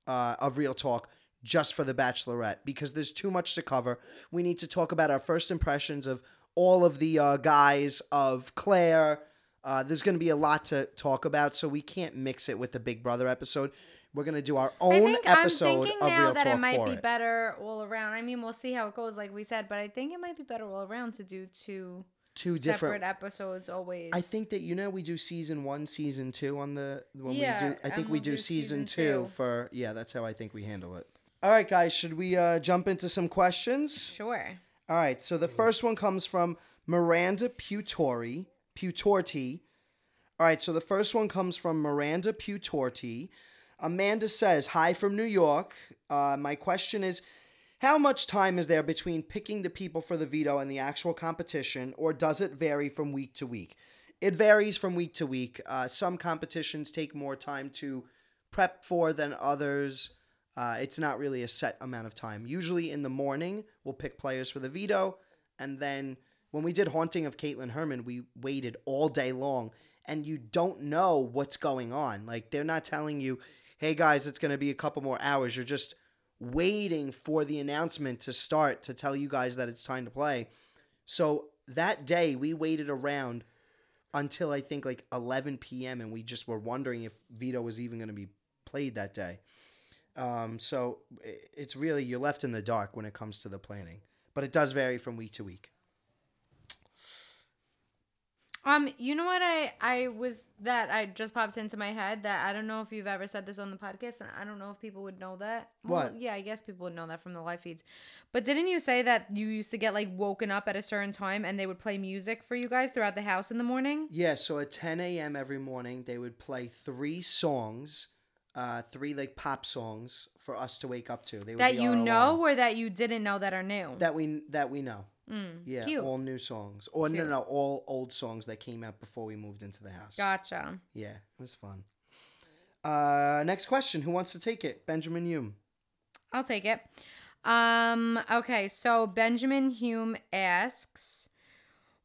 Speaker 6: uh, of Real Talk just for the Bachelorette because there's too much to cover. We need to talk about our first impressions of all of the uh, guys of Claire. Uh, there's going to be a lot to talk about, so we can't mix it with the Big Brother episode. We're going to do our
Speaker 7: I
Speaker 6: own
Speaker 7: think I'm
Speaker 6: episode
Speaker 7: thinking
Speaker 6: of
Speaker 7: now
Speaker 6: Real
Speaker 7: that
Speaker 6: Talk
Speaker 7: it might
Speaker 6: for
Speaker 7: be
Speaker 6: it.
Speaker 7: better all around. I mean, we'll see how it goes, like we said. But I think it might be better all around to do two
Speaker 6: Two
Speaker 7: separate
Speaker 6: different.
Speaker 7: episodes always.
Speaker 6: I think that you know we do season one, season two on the when we
Speaker 7: Yeah,
Speaker 6: do. I
Speaker 7: and
Speaker 6: think we
Speaker 7: we'll
Speaker 6: do,
Speaker 7: do
Speaker 6: season,
Speaker 7: season
Speaker 6: two,
Speaker 7: two.
Speaker 6: for yeah. That's how I think we handle it. All right, guys, should we uh, jump into some questions?
Speaker 7: Sure.
Speaker 6: All right, so the first one comes from Miranda Putori. Putorti. All right, so the first one comes from Miranda Putorti. Amanda says, Hi from New York. Uh, my question is How much time is there between picking the people for the veto and the actual competition, or does it vary from week to week? It varies from week to week. Uh, some competitions take more time to prep for than others. Uh, it's not really a set amount of time. Usually in the morning, we'll pick players for the veto, and then When we did Haunting of Caitlin Herman, we waited all day long and you don't know what's going on. Like they're not telling you, hey guys, it's gonna be a couple more hours. You're just waiting for the announcement to start to tell you guys that it's time to play. So that day we waited around until I think like 11 p.m. and we just were wondering if Vito was even going to be played that day. Um, so i- it's really you're left in the dark when it comes to the planning, but it does vary from week to week.
Speaker 7: Um, you know what I I was that I just popped into my head that I don't know if you've ever said this on the podcast, and I don't know if people would know that.
Speaker 6: What?
Speaker 7: yeah, I guess people would know that from the live feeds. But didn't you say that you used to get like woken up at a certain time and they would play music for you guys throughout the house in the morning?
Speaker 6: Yeah, so at 10 a.m. every morning, they would play three songs, uh, three like pop songs for us to wake up to. They would
Speaker 7: That
Speaker 6: be
Speaker 7: you
Speaker 6: our
Speaker 7: know
Speaker 6: alarm.
Speaker 7: or that you didn't know that are new?
Speaker 6: that we that we know.
Speaker 7: Mm,
Speaker 6: Yeah,
Speaker 7: cute.
Speaker 6: all new songs. Or
Speaker 7: Cute.
Speaker 6: no, no, all old songs that came out before we moved into the house.
Speaker 7: Gotcha.
Speaker 6: Yeah, it was fun. Uh, next question. Who wants to take it? Benjamin Hume.
Speaker 7: I'll take it. Um, okay, so Benjamin Hume asks,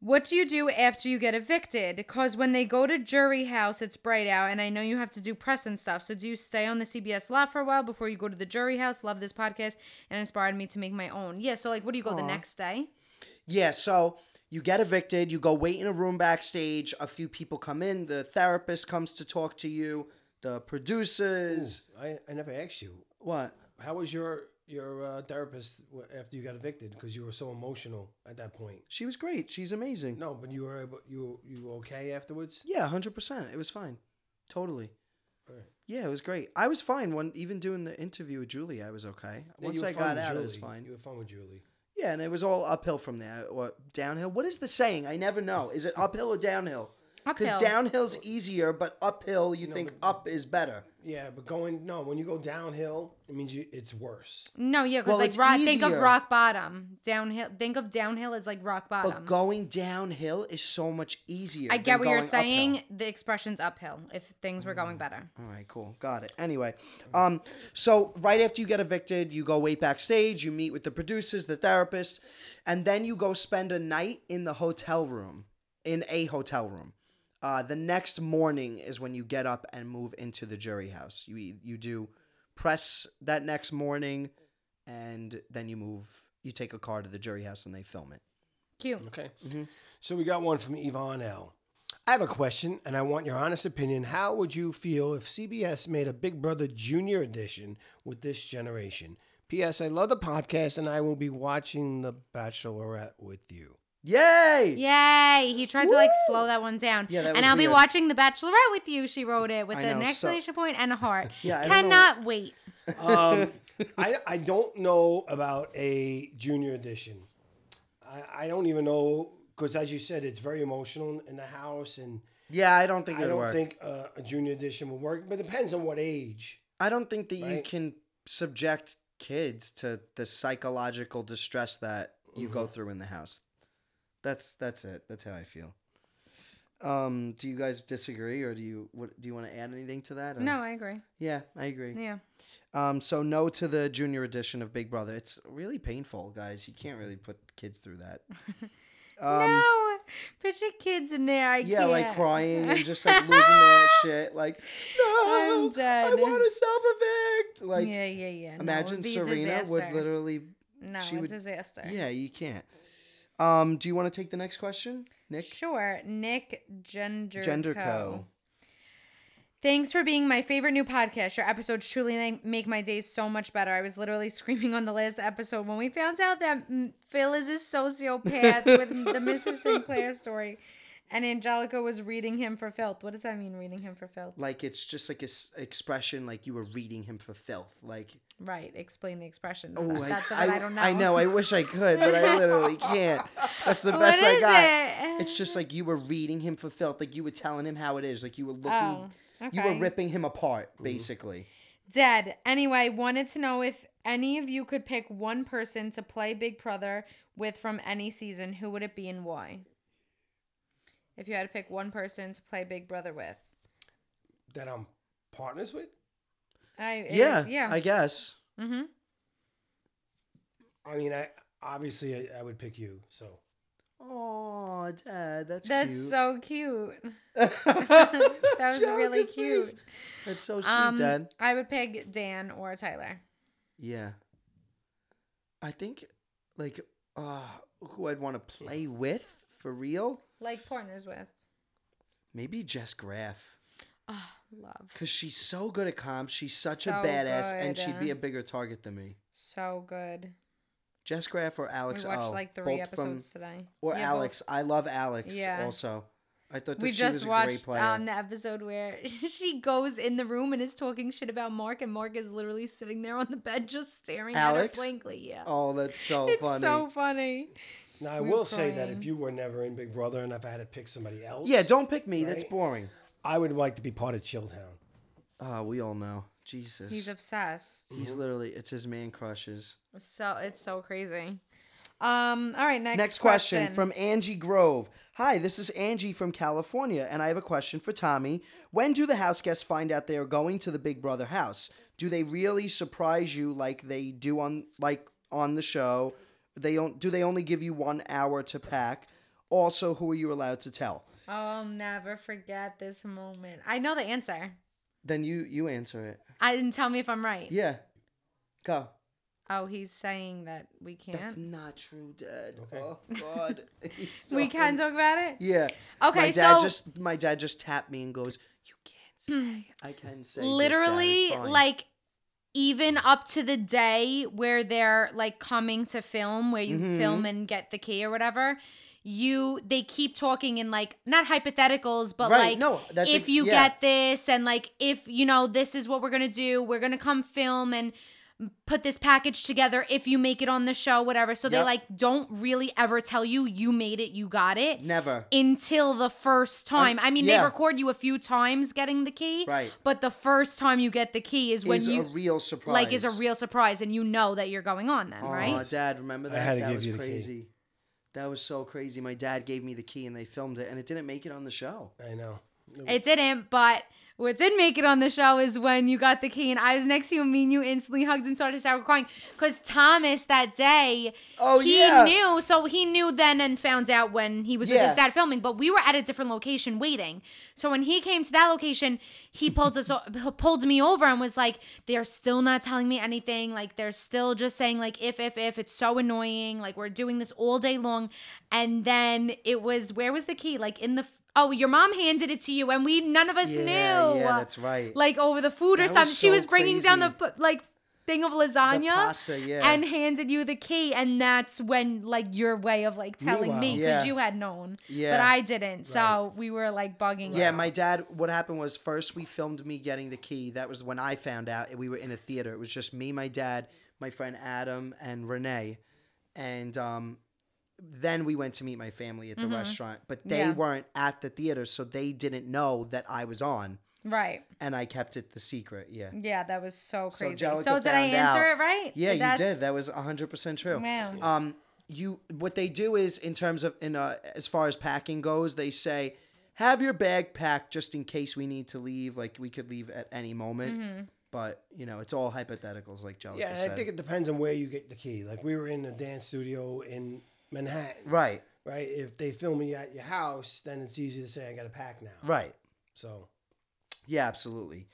Speaker 7: What do you do after you get evicted? Because when they go to jury house, it's bright out, and I know you have to do press and stuff. So do you stay on the CBS lot for a while before you go to the jury house? Love this podcast and inspired me to make my own. Yeah, so like what do you go the
Speaker 6: Aw.
Speaker 7: next day?
Speaker 6: Yeah, so you get evicted, you go wait in a room backstage, a few people come in, the therapist comes to talk to you, the producers.
Speaker 8: I, I never asked you.
Speaker 6: What?
Speaker 8: How was your your uh, therapist w- after you got evicted? Because you were so emotional at that point.
Speaker 6: She was great. She's amazing.
Speaker 8: No, but you were able, you you were okay afterwards.
Speaker 6: Yeah, 100%. It was fine. Totally.
Speaker 8: Alright.
Speaker 6: Yeah, it was great. I was fine when even doing the interview with Julie, I was okay.
Speaker 8: Yeah,
Speaker 6: Once
Speaker 8: you were
Speaker 6: I
Speaker 8: fun
Speaker 6: got
Speaker 8: with
Speaker 6: out,
Speaker 8: Julie.
Speaker 6: it was fine.
Speaker 8: You were fun with Julie.
Speaker 6: Yeah, and it was all uphill from there or downhill. What is the saying? I never know. Is it uphill or downhill? Because
Speaker 7: Uphill.
Speaker 6: downhill's easier, but uphill you
Speaker 8: No,
Speaker 6: think
Speaker 8: but-
Speaker 6: up is better.
Speaker 8: Yeah, but going no when you go downhill, it means you, it's worse.
Speaker 7: no, yeah, because
Speaker 6: Well,
Speaker 7: like
Speaker 6: it's
Speaker 7: rock, think of
Speaker 6: easier.
Speaker 7: rock bottom. Downhill think of downhill as like rock bottom.
Speaker 6: But going downhill is so much easier.
Speaker 7: I
Speaker 6: than
Speaker 7: get what you're
Speaker 6: going uphill. Mm.
Speaker 7: saying. The expression's uphill if things were going better.
Speaker 6: All right, cool. Got it. Anyway, um, so right after you get evicted, you go wait backstage, you meet with the producers, the therapist, and then you go spend a night in the hotel room, in a hotel room. Uh, the next morning is when you get up and move into the jury house. You e- you do press that next morning, and then you move. You take a car to the jury house and they film it.
Speaker 7: Cute.
Speaker 8: Okay.
Speaker 6: Mhm.
Speaker 8: So we got one from Yvonne L. I have a question, and I want your honest opinion. How would you feel if CBS made a Big Brother Junior edition with this generation? P.S. I love the podcast, and I will be watching The Bachelorette with you.
Speaker 6: Yay!
Speaker 7: Yay! He tries to like slow that one down.
Speaker 6: Yeah, that
Speaker 7: and
Speaker 6: was
Speaker 7: I'll be
Speaker 6: weird.
Speaker 7: watching The Bachelorette with you. She wrote it with
Speaker 6: I
Speaker 7: an
Speaker 6: know, so-
Speaker 7: exclamation point and a heart.
Speaker 6: Yeah, I don't know-
Speaker 7: cannot wait.
Speaker 8: Um, I, I don't know about a junior edition. I, I don't even know because, as you said, it's very emotional in the house, and
Speaker 6: Yeah, I don't think
Speaker 8: I
Speaker 6: it'll
Speaker 8: don't
Speaker 6: work.
Speaker 8: think uh, a junior edition will work. But it depends on what age.
Speaker 6: I don't think that you
Speaker 8: Right.
Speaker 6: can subject kids to the psychological distress that you go
Speaker 8: Mm-hmm.
Speaker 6: through in the house. That's that's it. That's how I feel. Um, do you guys disagree, or do you what, do you want to add anything to that? or-
Speaker 7: No, I agree.
Speaker 6: Yeah, I agree.
Speaker 7: Yeah.
Speaker 6: Um, so no to the junior edition of Big Brother. It's really painful, guys. You can't really put kids through that. Um,
Speaker 7: no, put your kids in there. I
Speaker 6: yeah,
Speaker 7: can't.
Speaker 6: like crying and just like losing their shit. Like, no,
Speaker 7: I'm
Speaker 6: I
Speaker 7: done.
Speaker 6: want to self evict. Like,
Speaker 7: yeah, yeah, yeah. No,
Speaker 6: Imagine
Speaker 7: it'd be a
Speaker 6: Serena would
Speaker 7: disaster.
Speaker 6: literally.
Speaker 7: No,
Speaker 6: she
Speaker 7: a
Speaker 6: would-
Speaker 7: disaster.
Speaker 6: Yeah, you can't. Um, do you want to take the next question, Nick?
Speaker 7: Sure, Nick Gender
Speaker 6: Gender
Speaker 7: Co.
Speaker 6: co.
Speaker 7: Thanks for being my favorite new podcast. Your episodes truly na- make my days so much better. I was literally screaming on the last episode when we found out that mm, Phil is a sociopath with the Mrs. Sinclair story, and Angelica was reading him for filth. What does that mean, reading him for filth?
Speaker 6: Like it's just like this expression, like you were reading him for filth. Like
Speaker 7: Right. Explain the expression.
Speaker 6: oh, I,
Speaker 7: That's what I, don't know.
Speaker 6: I know. I wish I could, but I literally can't. That's the
Speaker 7: What
Speaker 6: best I
Speaker 7: is
Speaker 6: got.
Speaker 7: it?
Speaker 6: It's just like you were reading him for filth. Like you were telling him how it is. Like you were looking.
Speaker 7: Oh,
Speaker 6: You were
Speaker 7: okay.
Speaker 6: ripping him apart, basically.
Speaker 7: Dead. Anyway, wanted to know if any of you could pick one person to play Big Brother with from any season, who would it be and why? If you had to pick one person to play Big Brother with.
Speaker 8: that I'm partners with.
Speaker 7: I, it-
Speaker 6: yeah,
Speaker 7: Yeah.
Speaker 6: I guess.
Speaker 7: mm-hmm.
Speaker 8: I mean, I obviously I, I would pick you. So
Speaker 6: Oh, Dad, that's
Speaker 7: That's
Speaker 6: cute.
Speaker 7: so cute.
Speaker 6: that
Speaker 7: That was really cute.
Speaker 6: That's so sweet,
Speaker 7: Um,
Speaker 6: Dad.
Speaker 7: I would pick Dan or Tyler.
Speaker 6: Yeah. I think, like, uh, who I'd want to play with for real?
Speaker 7: Like partners with.
Speaker 6: Maybe Jess Graff.
Speaker 7: Oh, love.
Speaker 6: Because she's so good at comms. She's such
Speaker 7: So
Speaker 6: a badass, and
Speaker 7: good,
Speaker 6: she'd be
Speaker 7: uh.
Speaker 6: a bigger target than me.
Speaker 7: So good.
Speaker 6: Jess Graff or Alex
Speaker 7: we watched
Speaker 6: O.
Speaker 7: like three
Speaker 6: both from-
Speaker 7: episodes today.
Speaker 6: or
Speaker 7: Yeah, both.
Speaker 6: Alex. I love Alex
Speaker 7: Yeah.
Speaker 6: also. I thought that
Speaker 7: We
Speaker 6: she was
Speaker 7: just
Speaker 6: a great
Speaker 7: watched
Speaker 6: player.
Speaker 7: um, the episode where she goes in the room and is talking shit about Mark, and Mark is literally sitting there on the bed just staring at her
Speaker 6: Alex?
Speaker 7: blankly. Yeah.
Speaker 6: oh, that's so
Speaker 7: it's
Speaker 6: funny.
Speaker 7: so funny.
Speaker 8: Now I
Speaker 7: We're
Speaker 8: will say that
Speaker 7: crying.
Speaker 8: if you were never in Big Brother and if I had to pick somebody else,
Speaker 6: yeah, don't pick me. That's
Speaker 8: Right?
Speaker 6: boring.
Speaker 8: I would like to be part of Chilltown.
Speaker 6: Oh, we all know. Jesus.
Speaker 7: He's obsessed.
Speaker 6: He's literally, it's his man crushes.
Speaker 7: So it's so crazy. Um. All right. Next.
Speaker 6: Next question. from Angie Grove. Hi, this is Angie from California, and I have a question for Tommy. When do the house guests find out they are going to the Big Brother house? Do they really surprise you like they do on like on the show? They don't do they only give you one hour to pack? Also, who are you allowed to tell?
Speaker 7: I'll never forget this moment. I know the answer.
Speaker 6: Then you you answer it.
Speaker 7: I didn't tell me if I'm right.
Speaker 6: Yeah. Go.
Speaker 7: Oh, he's saying that we can't.
Speaker 6: That's not true, Dad.
Speaker 8: Okay.
Speaker 6: Oh God. He's so
Speaker 7: we can talk about it.
Speaker 6: Yeah.
Speaker 7: Okay.
Speaker 6: my dad
Speaker 7: so
Speaker 6: just my dad just tapped me and goes, "You can't say." I can say.
Speaker 7: Hmm.
Speaker 6: this, Dad, it's
Speaker 7: literally
Speaker 6: fine."
Speaker 7: like even up to the day where they're like coming to film where you
Speaker 6: Mhm.
Speaker 7: film and get the key or whatever you they keep talking in like not hypotheticals but
Speaker 6: right?
Speaker 7: like
Speaker 6: no, that's
Speaker 7: if
Speaker 6: a-
Speaker 7: you
Speaker 6: yeah.
Speaker 7: get this and like if you know this is what we're gonna do we're gonna come film and put this package together if you make it on the show whatever so they
Speaker 6: Yep.
Speaker 7: like don't really ever tell you you made it you got it
Speaker 6: never
Speaker 7: until the first time i mean
Speaker 6: Um, yeah.
Speaker 7: they record you a few times getting the key
Speaker 6: right
Speaker 7: but the first time you get the key is when
Speaker 6: is
Speaker 7: you
Speaker 6: a real Oh, surprise.
Speaker 7: like is a real surprise and you know that you're going on then,
Speaker 6: Aw,
Speaker 7: right?
Speaker 6: Dad, remember
Speaker 8: I
Speaker 6: that?
Speaker 8: had to
Speaker 6: that
Speaker 8: give
Speaker 6: was
Speaker 8: you the key.
Speaker 6: crazy. That was so crazy. My dad gave me the key and they filmed it, and it didn't make it on the show.
Speaker 8: I know.
Speaker 7: It didn't, but what did make it on the show is when you got the key and I was next to you and me and you instantly hugged and started sour crying because Thomas that day
Speaker 6: Oh
Speaker 7: he
Speaker 6: yeah,
Speaker 7: knew so he knew then and found out when he was with
Speaker 6: Yeah.
Speaker 7: his dad filming but we were at a different location waiting so when he came to that location he pulled us o- pulled me over and was like they're still not telling me anything like they're still just saying like if if if it's so annoying like we're doing this all day long and then it was where was the key like in the f- oh your mom handed it to you and we none of us
Speaker 6: yeah,
Speaker 7: knew
Speaker 6: yeah, that's right.
Speaker 7: like over the food
Speaker 6: That
Speaker 7: or
Speaker 6: was
Speaker 7: something she
Speaker 6: so
Speaker 7: was bringing down the
Speaker 6: crazy.
Speaker 7: pu- like thing of
Speaker 6: The
Speaker 7: lasagna
Speaker 6: pasta, yeah.
Speaker 7: and handed you the key and that's when like your way of like telling me because
Speaker 8: Meanwhile-
Speaker 6: Yeah.
Speaker 7: you had known
Speaker 6: Yeah.
Speaker 7: but i didn't so we were like bugging
Speaker 6: Yeah,
Speaker 7: out.
Speaker 6: my dad. What happened was first we filmed me getting the key. That was when I found out. We were in a theater. It was just me, my dad, my friend Adam, and Renee, and um, then we went to meet my family at the restaurant. But they
Speaker 7: Mm-hmm. Yeah.
Speaker 6: weren't at the theater, so they didn't know that I was on,
Speaker 7: right
Speaker 6: and I kept it the secret. Yeah,
Speaker 7: yeah that was so
Speaker 6: So
Speaker 7: crazy so,
Speaker 6: Jellicoe
Speaker 7: did i
Speaker 6: found
Speaker 7: answer
Speaker 6: out.
Speaker 7: it right
Speaker 6: yeah, you
Speaker 7: That's-
Speaker 6: did. That was hundred percent true.
Speaker 7: wow
Speaker 6: Um, you what they do is in terms of in uh, as far as packing goes, they say have your bag packed just in case we need to leave. Like we could leave at any moment,
Speaker 7: Mm-hmm.
Speaker 6: but you know it's all hypotheticals, like Jellica
Speaker 8: Yeah,
Speaker 6: said.
Speaker 8: I think it depends on where you get the key. Like we were in a dance studio in Manhattan,
Speaker 6: right,
Speaker 8: right? If they film you at your house, then it's easy to say I got to pack now.
Speaker 6: right,
Speaker 8: So
Speaker 6: yeah, absolutely.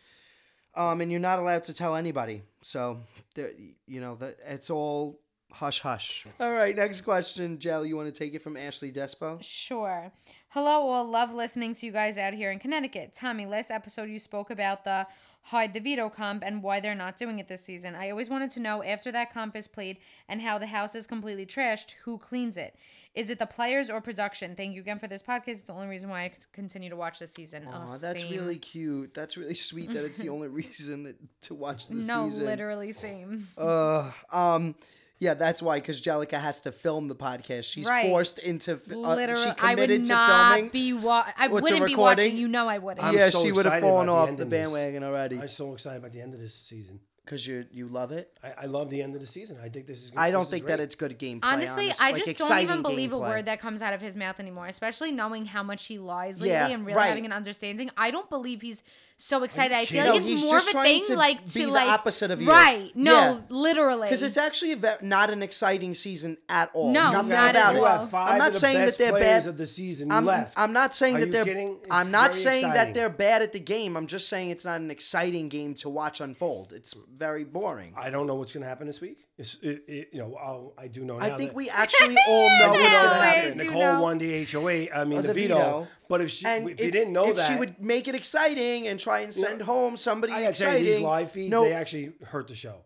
Speaker 6: Um, and you're not allowed to tell anybody, so there, you know that it's all hush hush. All right, next question, Jell. You want to take it from Ashley Despo?
Speaker 7: Sure. Hello, all. Love listening to you guys out here in Connecticut. Tommy, last episode you spoke about the hide the veto comp and why they're not doing it this season. I always wanted to know after that comp is played and how the house is completely trashed, who cleans it? Is it the players or production? Thank you again for this podcast. It's the only reason why I c- continue to watch this season.
Speaker 6: Aw,
Speaker 7: Oh,
Speaker 6: that's
Speaker 7: same.
Speaker 6: really cute. That's really sweet. That it's the only reason that, to watch the
Speaker 7: no,
Speaker 6: season.
Speaker 7: literally same.
Speaker 6: Uh, um, yeah, that's why because Jellica has to film the podcast. She's
Speaker 7: Right.
Speaker 6: forced into. f- Uh,
Speaker 7: literally,
Speaker 6: she
Speaker 7: I
Speaker 6: committed
Speaker 7: would
Speaker 6: to
Speaker 7: not
Speaker 6: filming.
Speaker 7: be wa- I
Speaker 6: or to
Speaker 7: wouldn't be
Speaker 6: recording.
Speaker 7: watching. You know, I wouldn't.
Speaker 8: I'm
Speaker 6: yeah,
Speaker 8: so
Speaker 6: she would have
Speaker 8: excited
Speaker 6: fallen
Speaker 8: about the
Speaker 6: off
Speaker 8: end
Speaker 6: the
Speaker 8: of this.
Speaker 6: bandwagon already.
Speaker 8: I'm so excited about the end of this season.
Speaker 6: because you you love it.
Speaker 8: I, I love the end of the season. I think this is.
Speaker 6: I don't
Speaker 8: this is
Speaker 6: think that
Speaker 8: great.
Speaker 6: it's good gameplay.
Speaker 7: Honestly,
Speaker 6: honest-
Speaker 7: I
Speaker 6: like,
Speaker 7: just don't even
Speaker 6: exciting
Speaker 7: believe a
Speaker 6: gameplay.
Speaker 7: word that comes out of his mouth anymore, especially knowing how much he lies lately
Speaker 6: Yeah,
Speaker 7: and really
Speaker 6: right.
Speaker 7: having an understanding. I don't believe he's so excited. I feel like
Speaker 8: kidding? No,
Speaker 7: it's
Speaker 6: he's
Speaker 7: more of
Speaker 6: just
Speaker 7: a
Speaker 6: trying
Speaker 7: thing
Speaker 6: to
Speaker 7: like
Speaker 6: be
Speaker 7: to
Speaker 6: the
Speaker 7: like
Speaker 6: opposite of you.
Speaker 7: Right. No,
Speaker 6: Yeah.
Speaker 7: literally.
Speaker 6: because it's actually a ve- not an exciting season at all.
Speaker 7: No,
Speaker 6: Nothing
Speaker 7: not at
Speaker 6: about
Speaker 8: You
Speaker 6: it.
Speaker 7: all.
Speaker 8: have five
Speaker 6: I'm not
Speaker 8: of the
Speaker 6: saying
Speaker 8: best
Speaker 6: that they're
Speaker 8: players
Speaker 6: bad.
Speaker 8: Of the season
Speaker 6: I'm,
Speaker 8: left.
Speaker 6: I'm not saying
Speaker 8: Are
Speaker 6: that
Speaker 8: you
Speaker 6: they're.
Speaker 8: kidding? It's
Speaker 6: I'm not
Speaker 8: very
Speaker 6: saying
Speaker 8: exciting.
Speaker 6: that they're bad at the game. I'm just saying it's not an exciting game to watch unfold. It's very boring.
Speaker 8: I don't know what's going to happen this week. It's, it, it, you know, I'll, I do know.
Speaker 6: I
Speaker 8: now
Speaker 6: think
Speaker 8: that,
Speaker 6: we actually all know what's going
Speaker 7: Yeah,
Speaker 6: to
Speaker 7: wait,
Speaker 6: happen.
Speaker 7: do
Speaker 8: Nicole
Speaker 7: know.
Speaker 8: won the HOA. I mean
Speaker 6: Or
Speaker 8: the,
Speaker 6: the
Speaker 8: veto.
Speaker 6: veto.
Speaker 8: But if she,
Speaker 6: And
Speaker 8: if you didn't know
Speaker 6: if
Speaker 8: that,
Speaker 6: she would make it exciting and try and send home somebody
Speaker 8: I gotta tell
Speaker 6: exciting.
Speaker 8: you, these live feeds
Speaker 6: no,
Speaker 8: they actually hurt the show.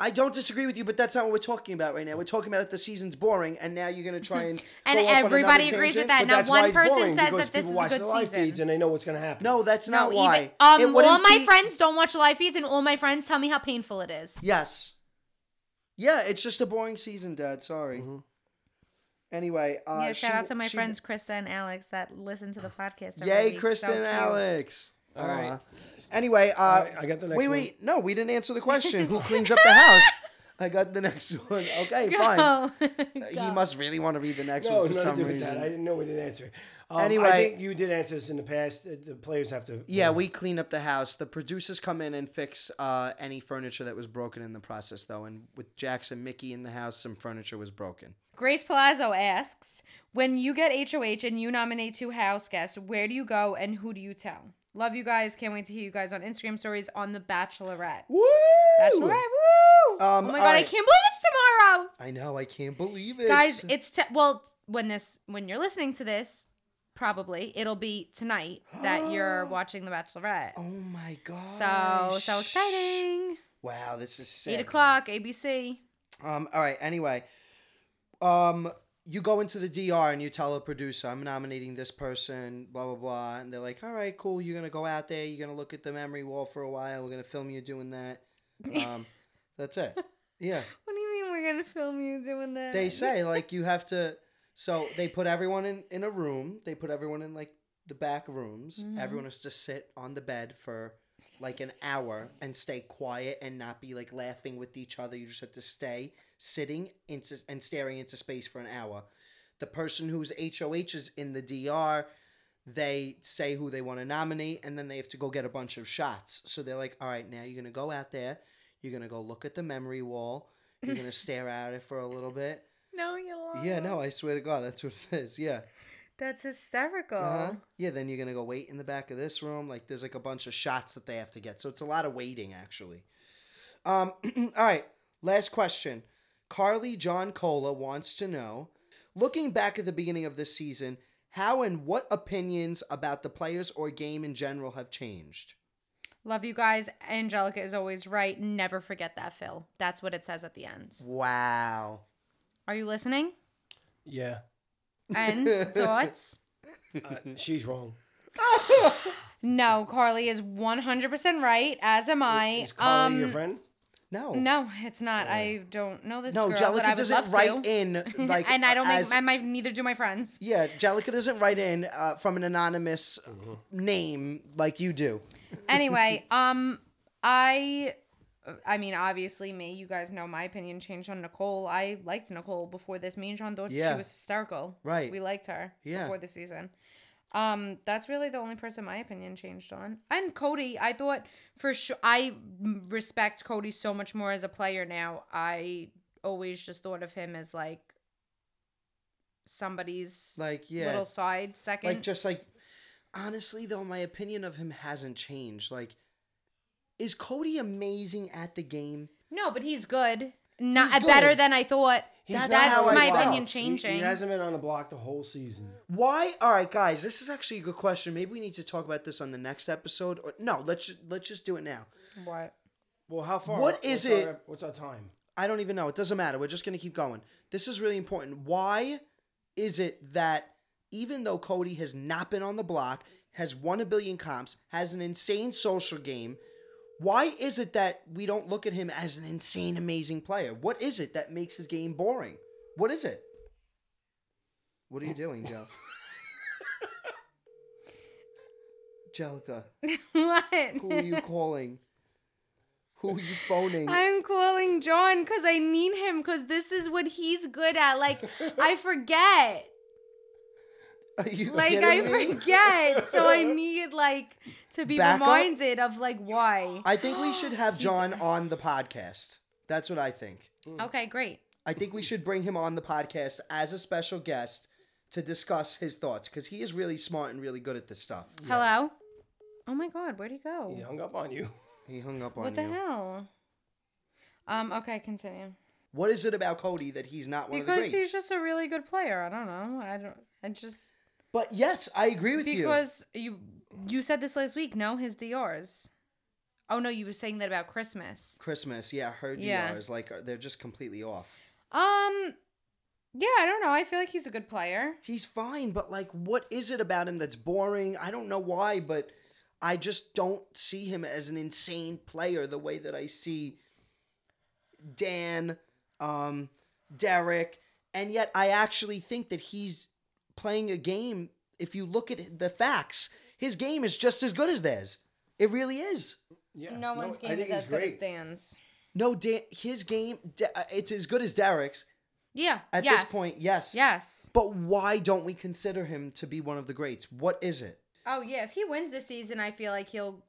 Speaker 6: I don't disagree with you, but that's not what we're talking about right now. We're talking about if the season's boring, and now you're going to try and
Speaker 7: And
Speaker 6: go off on another
Speaker 7: everybody agrees with
Speaker 6: tangent.
Speaker 7: that.
Speaker 8: But
Speaker 7: Not
Speaker 8: that's
Speaker 7: one
Speaker 8: why it's
Speaker 7: person
Speaker 8: boring,
Speaker 7: says
Speaker 8: because
Speaker 7: that this
Speaker 8: people
Speaker 7: is a
Speaker 8: watch
Speaker 7: good
Speaker 8: the live
Speaker 7: season.
Speaker 8: Feeds and they know what's going to happen.
Speaker 6: No, that's
Speaker 7: no,
Speaker 6: not
Speaker 7: even,
Speaker 6: why. It
Speaker 7: um, all
Speaker 6: wouldn't
Speaker 7: my
Speaker 6: be-
Speaker 7: friends don't watch live feeds, and all my friends tell me how painful it is.
Speaker 6: Yes. Yeah, it's just a boring season, Dad. Sorry.
Speaker 8: Mm-hmm.
Speaker 6: Anyway, uh,
Speaker 7: yeah,
Speaker 6: she-
Speaker 7: shout out to my
Speaker 6: she-
Speaker 7: friends Krista and Alex that listen to the podcast. every
Speaker 6: Yay,
Speaker 7: week.
Speaker 6: Kristen
Speaker 7: So
Speaker 6: and
Speaker 7: cute.
Speaker 6: Alex. All right.
Speaker 8: right.
Speaker 6: Anyway, uh,
Speaker 8: I- I got the next
Speaker 6: wait,
Speaker 8: one.
Speaker 6: wait. No, we didn't answer the question. Who cleans up the house? I got the next one. Okay, fine. Uh,
Speaker 7: Go.
Speaker 6: He must really want to read the next
Speaker 8: No,
Speaker 6: one for
Speaker 8: nothing
Speaker 6: some
Speaker 8: to do
Speaker 6: reason.
Speaker 8: with that. I didn't know we didn't answer. it. Um,
Speaker 6: Anyway-
Speaker 8: I think you did answer this in the past. that The players have to.
Speaker 6: Yeah, we clean up the house. The producers come in and fix uh, any furniture that was broken in the process, though. And with Jackson, Mickey in the house, some furniture was broken.
Speaker 7: Grace Palazzo asks, when you get HOH and you nominate two house guests, where do you go and who do you tell? Love you guys. Can't wait to hear you guys on Instagram stories on The Bachelorette.
Speaker 6: Woo!
Speaker 7: Bachelorette, woo!
Speaker 6: Um,
Speaker 7: oh my
Speaker 6: all
Speaker 7: god, I
Speaker 6: right.
Speaker 7: can't believe it's tomorrow.
Speaker 6: I know. I can't believe it,
Speaker 7: Guys, it's te- well, when this when you're listening to this, probably it'll be tonight that you're watching The Bachelorette.
Speaker 6: oh my god!
Speaker 7: so so exciting.
Speaker 6: Wow, this is sick.
Speaker 7: Eight o'clock, ABC.
Speaker 6: Um. All right. Anyway, um, you go into the DR and you tell a producer, "I'm nominating this person," blah blah blah, and they're like, "All right, cool. You're gonna go out there. You're gonna look at the memory wall for a while. We're gonna film you doing that." Um, that's it. Yeah.
Speaker 7: What do you mean we're gonna film you doing that?
Speaker 6: they say like you have to so they put everyone in in a room they put everyone in like the back rooms everyone has to sit on the bed for like an hour and stay quiet and not be like laughing with each other you just have to stay sitting into and staring into space for an hour the person whose hoh is in the dr they say who they want to nominate and then they have to go get a bunch of shots so they're like all right now you're gonna go out there you're gonna go look at the memory wall you're gonna stare at it for a little bit
Speaker 7: No, you lie.
Speaker 6: yeah, no, I swear to God, that's what it is. Yeah.
Speaker 7: That's hysterical.
Speaker 6: Uh-huh. Yeah, then you're going to go wait in the back of this room. Like, there's like a bunch of shots that they have to get. So it's a lot of waiting, actually. Um, all right, last question. Carly John Cola wants to know looking back at the beginning of this season, how and what opinions about the players or game in general have changed?
Speaker 7: Love you guys. Angelica is always right. Never forget that, Phil. That's what it says at the end.
Speaker 6: Wow.
Speaker 7: Are you listening?
Speaker 8: Yeah,
Speaker 7: And thoughts?
Speaker 8: uh, she's wrong.
Speaker 7: No, Carly is 100% right, as am I.
Speaker 8: Is Carly
Speaker 7: um,
Speaker 8: your friend?
Speaker 6: No.
Speaker 7: No, it's not. I don't know this
Speaker 6: Oh. No,
Speaker 7: girl, but I
Speaker 6: Jellica
Speaker 7: would love
Speaker 6: doesn't
Speaker 7: to.
Speaker 6: write in like
Speaker 7: and I don't
Speaker 6: as,
Speaker 7: think I might neither do my friends.
Speaker 6: Yeah, Jellica doesn't write in uh, from an anonymous name like you do.
Speaker 7: anyway, um, I, I mean, obviously, me. You guys know my opinion changed on Nicole. I liked Nicole before this. Me and John thought
Speaker 6: Yeah.
Speaker 7: she was hysterical.
Speaker 6: Right.
Speaker 7: We liked her.
Speaker 6: Yeah.
Speaker 7: Before the season. Um, that's really the only person my opinion changed on. And Cody, I thought for sure I m- respect Cody so much more as a player now. I always just thought of him as like somebody's
Speaker 6: Like yeah,
Speaker 7: little side second.
Speaker 6: like just like honestly though, my opinion of him hasn't changed. Like, is Cody amazing at the game?
Speaker 7: No, but he's good. Not
Speaker 6: He's
Speaker 7: better
Speaker 6: good.
Speaker 7: than I thought.
Speaker 8: He's
Speaker 6: That's
Speaker 7: That's,
Speaker 8: not
Speaker 6: how I
Speaker 7: my
Speaker 6: felt.
Speaker 7: opinion
Speaker 8: He- He,
Speaker 7: changing.
Speaker 8: hasn't been on the block the whole season.
Speaker 6: Why? All right, guys, this is actually a good question. Maybe we need to talk about this on the next episode. Or no, let's ju- let's just do it now.
Speaker 7: what?
Speaker 8: Well, how far?
Speaker 6: What is
Speaker 8: what's
Speaker 6: it-
Speaker 8: Our, what's our time?
Speaker 6: I don't even know. It doesn't matter. We're just going to keep going. This is really important. Why is it that even though Cody has not been on the block, has won a billion comps, has an insane social game, why is it that we don't look at him as an insane, amazing player? What is it that makes his game boring? What is it? What are you doing, Joe? Jellica,
Speaker 7: what?
Speaker 6: who are you calling? Who are you phoning?
Speaker 7: I'm calling John because I need him because this is what he's good at. Like, I forget.
Speaker 6: Are you
Speaker 7: Like,
Speaker 6: kidding
Speaker 7: I
Speaker 6: me?
Speaker 7: forget. So I need, like, to be
Speaker 6: Backup?
Speaker 7: reminded of, like, why.
Speaker 6: I think we should have John on the podcast. That's what I think.
Speaker 7: Mm. Okay, great.
Speaker 6: I think we should bring him on the podcast as a special guest to discuss his thoughts because he is really smart and really good at this stuff.
Speaker 7: Hello? Oh my God, where'd he go?
Speaker 8: He hung up on you.
Speaker 6: He hung up on
Speaker 7: What the
Speaker 6: you.
Speaker 7: hell? Um, okay, continue.
Speaker 6: What is it about Cody that he's not one of the
Speaker 7: Because
Speaker 6: greats?
Speaker 7: he's just a really good player. I don't know. I don't. I just
Speaker 6: but yes, I agree with you.
Speaker 7: because you you said this last week. No, his Dior's. Oh no, you were saying that about Christmas.
Speaker 6: Christmas, yeah, her DRs
Speaker 7: Yeah.
Speaker 6: like uh, they're just completely off.
Speaker 7: Um, yeah, I don't know. I feel like he's a good player.
Speaker 6: He's fine, but like, what is it about him that's boring? I don't know why, but I just don't see him as an insane player the way that I see Dan, um, Derek, and yet I actually think that he's playing a game. If you look at the facts, his game is just as good as theirs. It really is.
Speaker 8: Yeah.
Speaker 7: No one's
Speaker 8: I
Speaker 7: game
Speaker 8: think
Speaker 7: is as
Speaker 8: he's
Speaker 7: good as
Speaker 8: great.
Speaker 7: Dan's.
Speaker 6: No, Dan, his game, De- uh, it's as good as Derek's
Speaker 7: Yeah.
Speaker 6: at
Speaker 7: yes.
Speaker 6: this point. Yes.
Speaker 7: Yes.
Speaker 6: But why don't we consider him to be one of the greats? What is it?
Speaker 7: Oh yeah. If he wins this season, I feel like he'll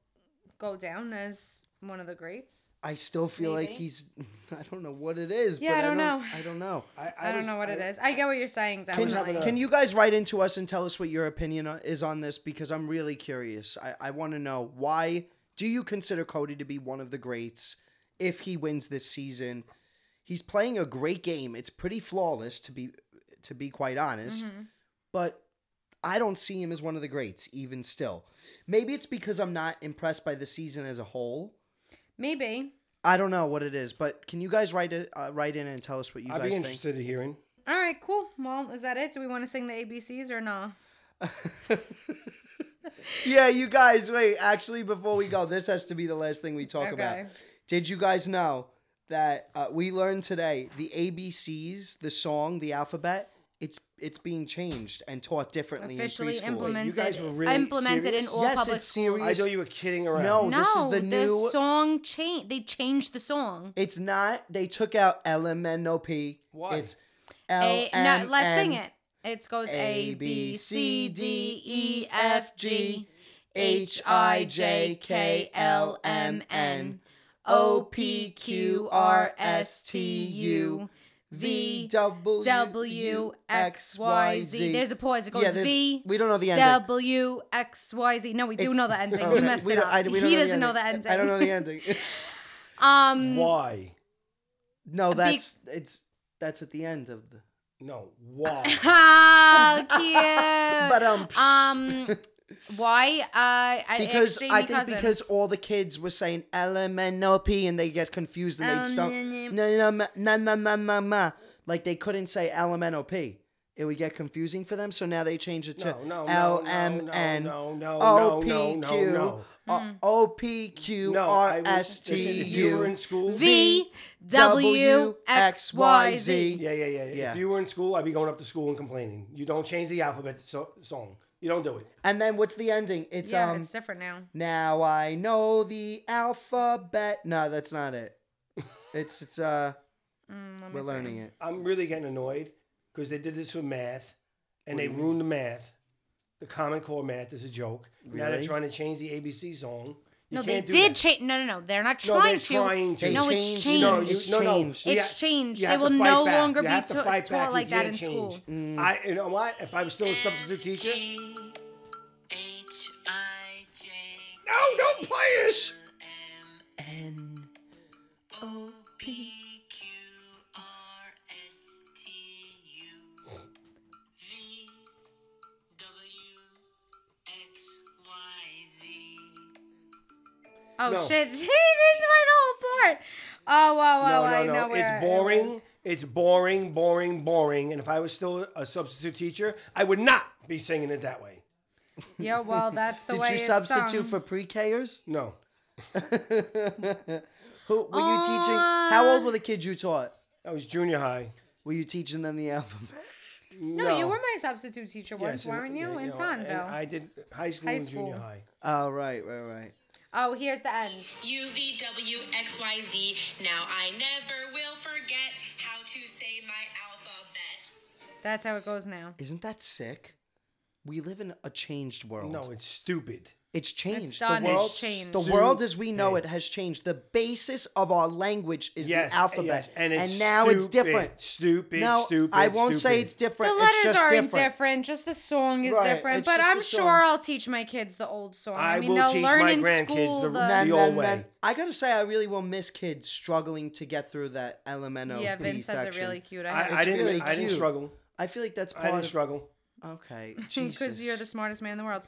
Speaker 7: go down as one of the greats.
Speaker 6: I still feel like
Speaker 7: Maybe.
Speaker 6: he's. I don't know what it is.
Speaker 7: Yeah,
Speaker 6: but
Speaker 7: I don't know.
Speaker 6: I don't know.
Speaker 8: I,
Speaker 7: I, don't
Speaker 8: was-
Speaker 7: know what it
Speaker 8: I-
Speaker 7: is. I get what you're saying. Definitely.
Speaker 8: having a-
Speaker 6: Can you guys write into us and tell us what your opinion o- is on this? Because I'm really curious. I, I want to know why do you consider Cody to be one of the greats if he wins this season? He's playing a great game. It's pretty flawless to be to be quite honest.
Speaker 7: Mm-hmm.
Speaker 6: But I don't see him as one of the greats even still. Maybe it's because I'm not impressed by the season as a whole.
Speaker 7: Maybe.
Speaker 6: I don't know what it is, but can you guys write it, uh, write in and tell us what you
Speaker 8: I'd
Speaker 6: guys
Speaker 8: be
Speaker 6: think?
Speaker 8: interested in hearing.
Speaker 7: All right, cool. Well, is that it? Do we want to sing the ABCs or no?
Speaker 6: yeah, you guys, wait. Actually, before we go, this has to be the last thing we talk about.
Speaker 7: Okay.
Speaker 6: Did you guys know that uh, we learned today the ABCs, the song, the alphabet, it's it's being changed and taught differently
Speaker 7: Officially
Speaker 6: in preschool.
Speaker 7: implemented,
Speaker 8: guys were really
Speaker 7: implemented
Speaker 8: serious?
Speaker 7: in all
Speaker 6: Yes,
Speaker 7: public
Speaker 6: it's
Speaker 7: schools.
Speaker 6: serious.
Speaker 8: I thought you were kidding around.
Speaker 6: No.
Speaker 7: No,
Speaker 6: This is the
Speaker 7: the
Speaker 6: new-
Speaker 7: song change. They changed the song.
Speaker 6: It's not. They took out L M N O P.
Speaker 8: Why?
Speaker 6: It's
Speaker 7: A,
Speaker 6: L
Speaker 7: no,
Speaker 6: M.
Speaker 7: let's sing
Speaker 6: N.
Speaker 7: it. It goes
Speaker 6: A,
Speaker 7: A
Speaker 6: B,
Speaker 7: B
Speaker 6: C,
Speaker 7: C
Speaker 6: D,
Speaker 7: D
Speaker 6: E,
Speaker 7: E
Speaker 6: F,
Speaker 7: F
Speaker 6: G,
Speaker 7: G
Speaker 6: H,
Speaker 7: H
Speaker 6: I,
Speaker 7: I
Speaker 6: J,
Speaker 7: J
Speaker 6: K,
Speaker 7: K
Speaker 6: L,
Speaker 7: L
Speaker 6: M,
Speaker 7: M
Speaker 6: N,
Speaker 7: N
Speaker 6: O,
Speaker 7: O
Speaker 6: P,
Speaker 7: P
Speaker 6: Q,
Speaker 7: Q
Speaker 6: R,
Speaker 7: R
Speaker 6: S,
Speaker 7: S
Speaker 6: T,
Speaker 7: T
Speaker 6: U,
Speaker 7: U
Speaker 6: V
Speaker 7: V
Speaker 6: W
Speaker 7: W X Y Z. There's a pause. It
Speaker 6: Yeah,
Speaker 7: goes
Speaker 6: there's-
Speaker 7: V
Speaker 6: We don't know the ending.
Speaker 7: W X Y Z. No, we do
Speaker 6: It's-
Speaker 7: know the ending.
Speaker 6: Okay,
Speaker 7: We messed
Speaker 6: we
Speaker 7: it
Speaker 6: don't-
Speaker 7: up.
Speaker 6: I- we don't
Speaker 7: he doesn't
Speaker 6: the
Speaker 7: know the
Speaker 6: ending.
Speaker 7: ending.
Speaker 6: I don't know the ending.
Speaker 7: Um,
Speaker 8: Why?
Speaker 6: no,
Speaker 7: Be-
Speaker 6: that's it's that's at the end of the.
Speaker 8: No. Why?
Speaker 7: how Oh, cute.
Speaker 6: But um,
Speaker 7: um, why? Uh, I,
Speaker 6: because
Speaker 7: it's Jamie
Speaker 6: I think
Speaker 7: Cousin.
Speaker 6: because all the kids were saying L M N O P and they get confused and they'd
Speaker 7: Um,
Speaker 6: stop.
Speaker 7: yeah, yeah.
Speaker 6: No, no, ma- na, na, ma, ma, ma. Like they couldn't say L M N O P. It would get confusing for them, so now they change it to
Speaker 8: No, no, no,
Speaker 6: L
Speaker 8: no,
Speaker 6: M N
Speaker 8: no, no,
Speaker 6: O
Speaker 8: no,
Speaker 6: P
Speaker 8: no, no,
Speaker 6: Q
Speaker 8: no.
Speaker 7: Mm.
Speaker 6: uh, O P Q
Speaker 8: No, I
Speaker 6: R
Speaker 8: would-
Speaker 6: S
Speaker 8: if
Speaker 6: T
Speaker 8: you were in
Speaker 6: U.
Speaker 8: school.
Speaker 7: V W X Y Z.
Speaker 8: Yeah, yeah, yeah,
Speaker 6: Yeah.
Speaker 8: If you were in school, I'd be going up to school and complaining. You don't change the alphabet so- song. You don't do it.
Speaker 6: And then what's the ending? It's
Speaker 7: Yeah,
Speaker 6: um.
Speaker 7: it's different now.
Speaker 6: Now I know the alphabet. No, that's not it. It's it's uh.
Speaker 7: Mm, let me
Speaker 6: We're
Speaker 7: see.
Speaker 6: learning it.
Speaker 8: I'm really getting annoyed because they did this for math and they ruined the math. The Common Core math is a joke. Now they're
Speaker 6: Really?
Speaker 8: trying to change the ABC song. You
Speaker 7: No, they
Speaker 8: can't do
Speaker 7: did
Speaker 8: that.
Speaker 7: change. No, no, no. They're not
Speaker 8: No,
Speaker 7: trying
Speaker 8: they're
Speaker 7: to.
Speaker 8: trying to.
Speaker 6: They
Speaker 7: No, it's
Speaker 6: changed.
Speaker 7: changed.
Speaker 8: No, you,
Speaker 6: It's
Speaker 8: no, no.
Speaker 6: changed.
Speaker 8: You
Speaker 7: It's
Speaker 8: ha-
Speaker 7: changed.
Speaker 8: you
Speaker 7: It
Speaker 8: have to
Speaker 7: will
Speaker 8: fight
Speaker 7: no
Speaker 8: back.
Speaker 7: longer
Speaker 8: You
Speaker 7: be
Speaker 8: have to
Speaker 7: ta-
Speaker 8: fight
Speaker 7: taught
Speaker 8: back. You
Speaker 7: like that in
Speaker 8: can't change.
Speaker 7: school.
Speaker 6: Mm.
Speaker 8: I, you know what? If I was still a substitute teacher,
Speaker 4: H I J
Speaker 8: no, don't play it.
Speaker 6: N
Speaker 4: O P Q R S T U V W X Y Z.
Speaker 7: Oh
Speaker 8: No.
Speaker 7: shit! She didn't play the whole part. Oh wow wow!
Speaker 8: no,
Speaker 7: I know
Speaker 8: no, no.
Speaker 7: where
Speaker 8: It's
Speaker 7: it
Speaker 8: boring.
Speaker 7: was.
Speaker 8: it's boring, boring, boring. And if I was still a substitute teacher, I would not be singing it that way.
Speaker 7: Yeah, well, that's the
Speaker 6: Did
Speaker 7: way
Speaker 6: you
Speaker 7: it's
Speaker 6: substitute
Speaker 7: sung.
Speaker 6: for pre-Kers?
Speaker 8: No.
Speaker 6: Who were you teaching? How old were the kids you taught?
Speaker 8: That was junior high.
Speaker 6: Were you teaching them the alphabet?
Speaker 7: No, you were my substitute teacher once,
Speaker 8: Yes, and-
Speaker 7: weren't you?
Speaker 8: yeah,
Speaker 7: in
Speaker 8: know, and
Speaker 7: Tonville.
Speaker 8: I did high school
Speaker 7: High
Speaker 8: and junior
Speaker 7: school.
Speaker 8: high.
Speaker 6: Oh, Ah, right, right, right.
Speaker 7: Oh, here's the end.
Speaker 4: UVWXYZ. Now I never will forget how to say my alphabet.
Speaker 7: That's how it goes now.
Speaker 6: Isn't that sick? We live in a changed world.
Speaker 8: No, it's stupid.
Speaker 6: It's changed.
Speaker 7: done.
Speaker 6: The
Speaker 7: It's
Speaker 6: world,
Speaker 7: changed.
Speaker 6: The
Speaker 8: Zoo-
Speaker 6: world as we know it has changed. The basis of our language is
Speaker 8: Yes,
Speaker 6: the alphabet,
Speaker 8: yes, and
Speaker 6: and,
Speaker 8: it's
Speaker 6: now it's
Speaker 8: stupid,
Speaker 6: different.
Speaker 8: stupid,
Speaker 6: no,
Speaker 8: stupid,
Speaker 6: I won't say
Speaker 8: stupid.
Speaker 6: it's
Speaker 7: The
Speaker 6: different. it's
Speaker 7: letters
Speaker 6: just
Speaker 7: are
Speaker 6: different.
Speaker 7: different. Just the song is
Speaker 6: Right,
Speaker 7: different.
Speaker 6: it's
Speaker 7: But
Speaker 6: just
Speaker 7: I'm
Speaker 6: the
Speaker 7: sure
Speaker 6: song.
Speaker 7: I'll teach my kids the old song. I,
Speaker 8: I
Speaker 7: mean,
Speaker 8: will
Speaker 7: they'll
Speaker 8: teach
Speaker 7: learn
Speaker 8: my
Speaker 7: in
Speaker 8: grandkids
Speaker 7: school
Speaker 8: the-
Speaker 7: the,
Speaker 8: Nah,
Speaker 6: Nan,
Speaker 8: old
Speaker 6: nan, nan.
Speaker 8: way.
Speaker 6: I gotta say, I really will miss kids struggling to get through that LMNOP
Speaker 7: Yeah, Vince
Speaker 6: section.
Speaker 7: has it really cute. I,
Speaker 8: I, I
Speaker 6: It's
Speaker 8: didn't.
Speaker 6: really
Speaker 8: I didn't
Speaker 6: cute.
Speaker 8: struggle.
Speaker 6: I feel like that's part
Speaker 8: I didn't
Speaker 6: of.
Speaker 8: struggle.
Speaker 6: Okay, Jesus.
Speaker 7: because you're the smartest man in the world.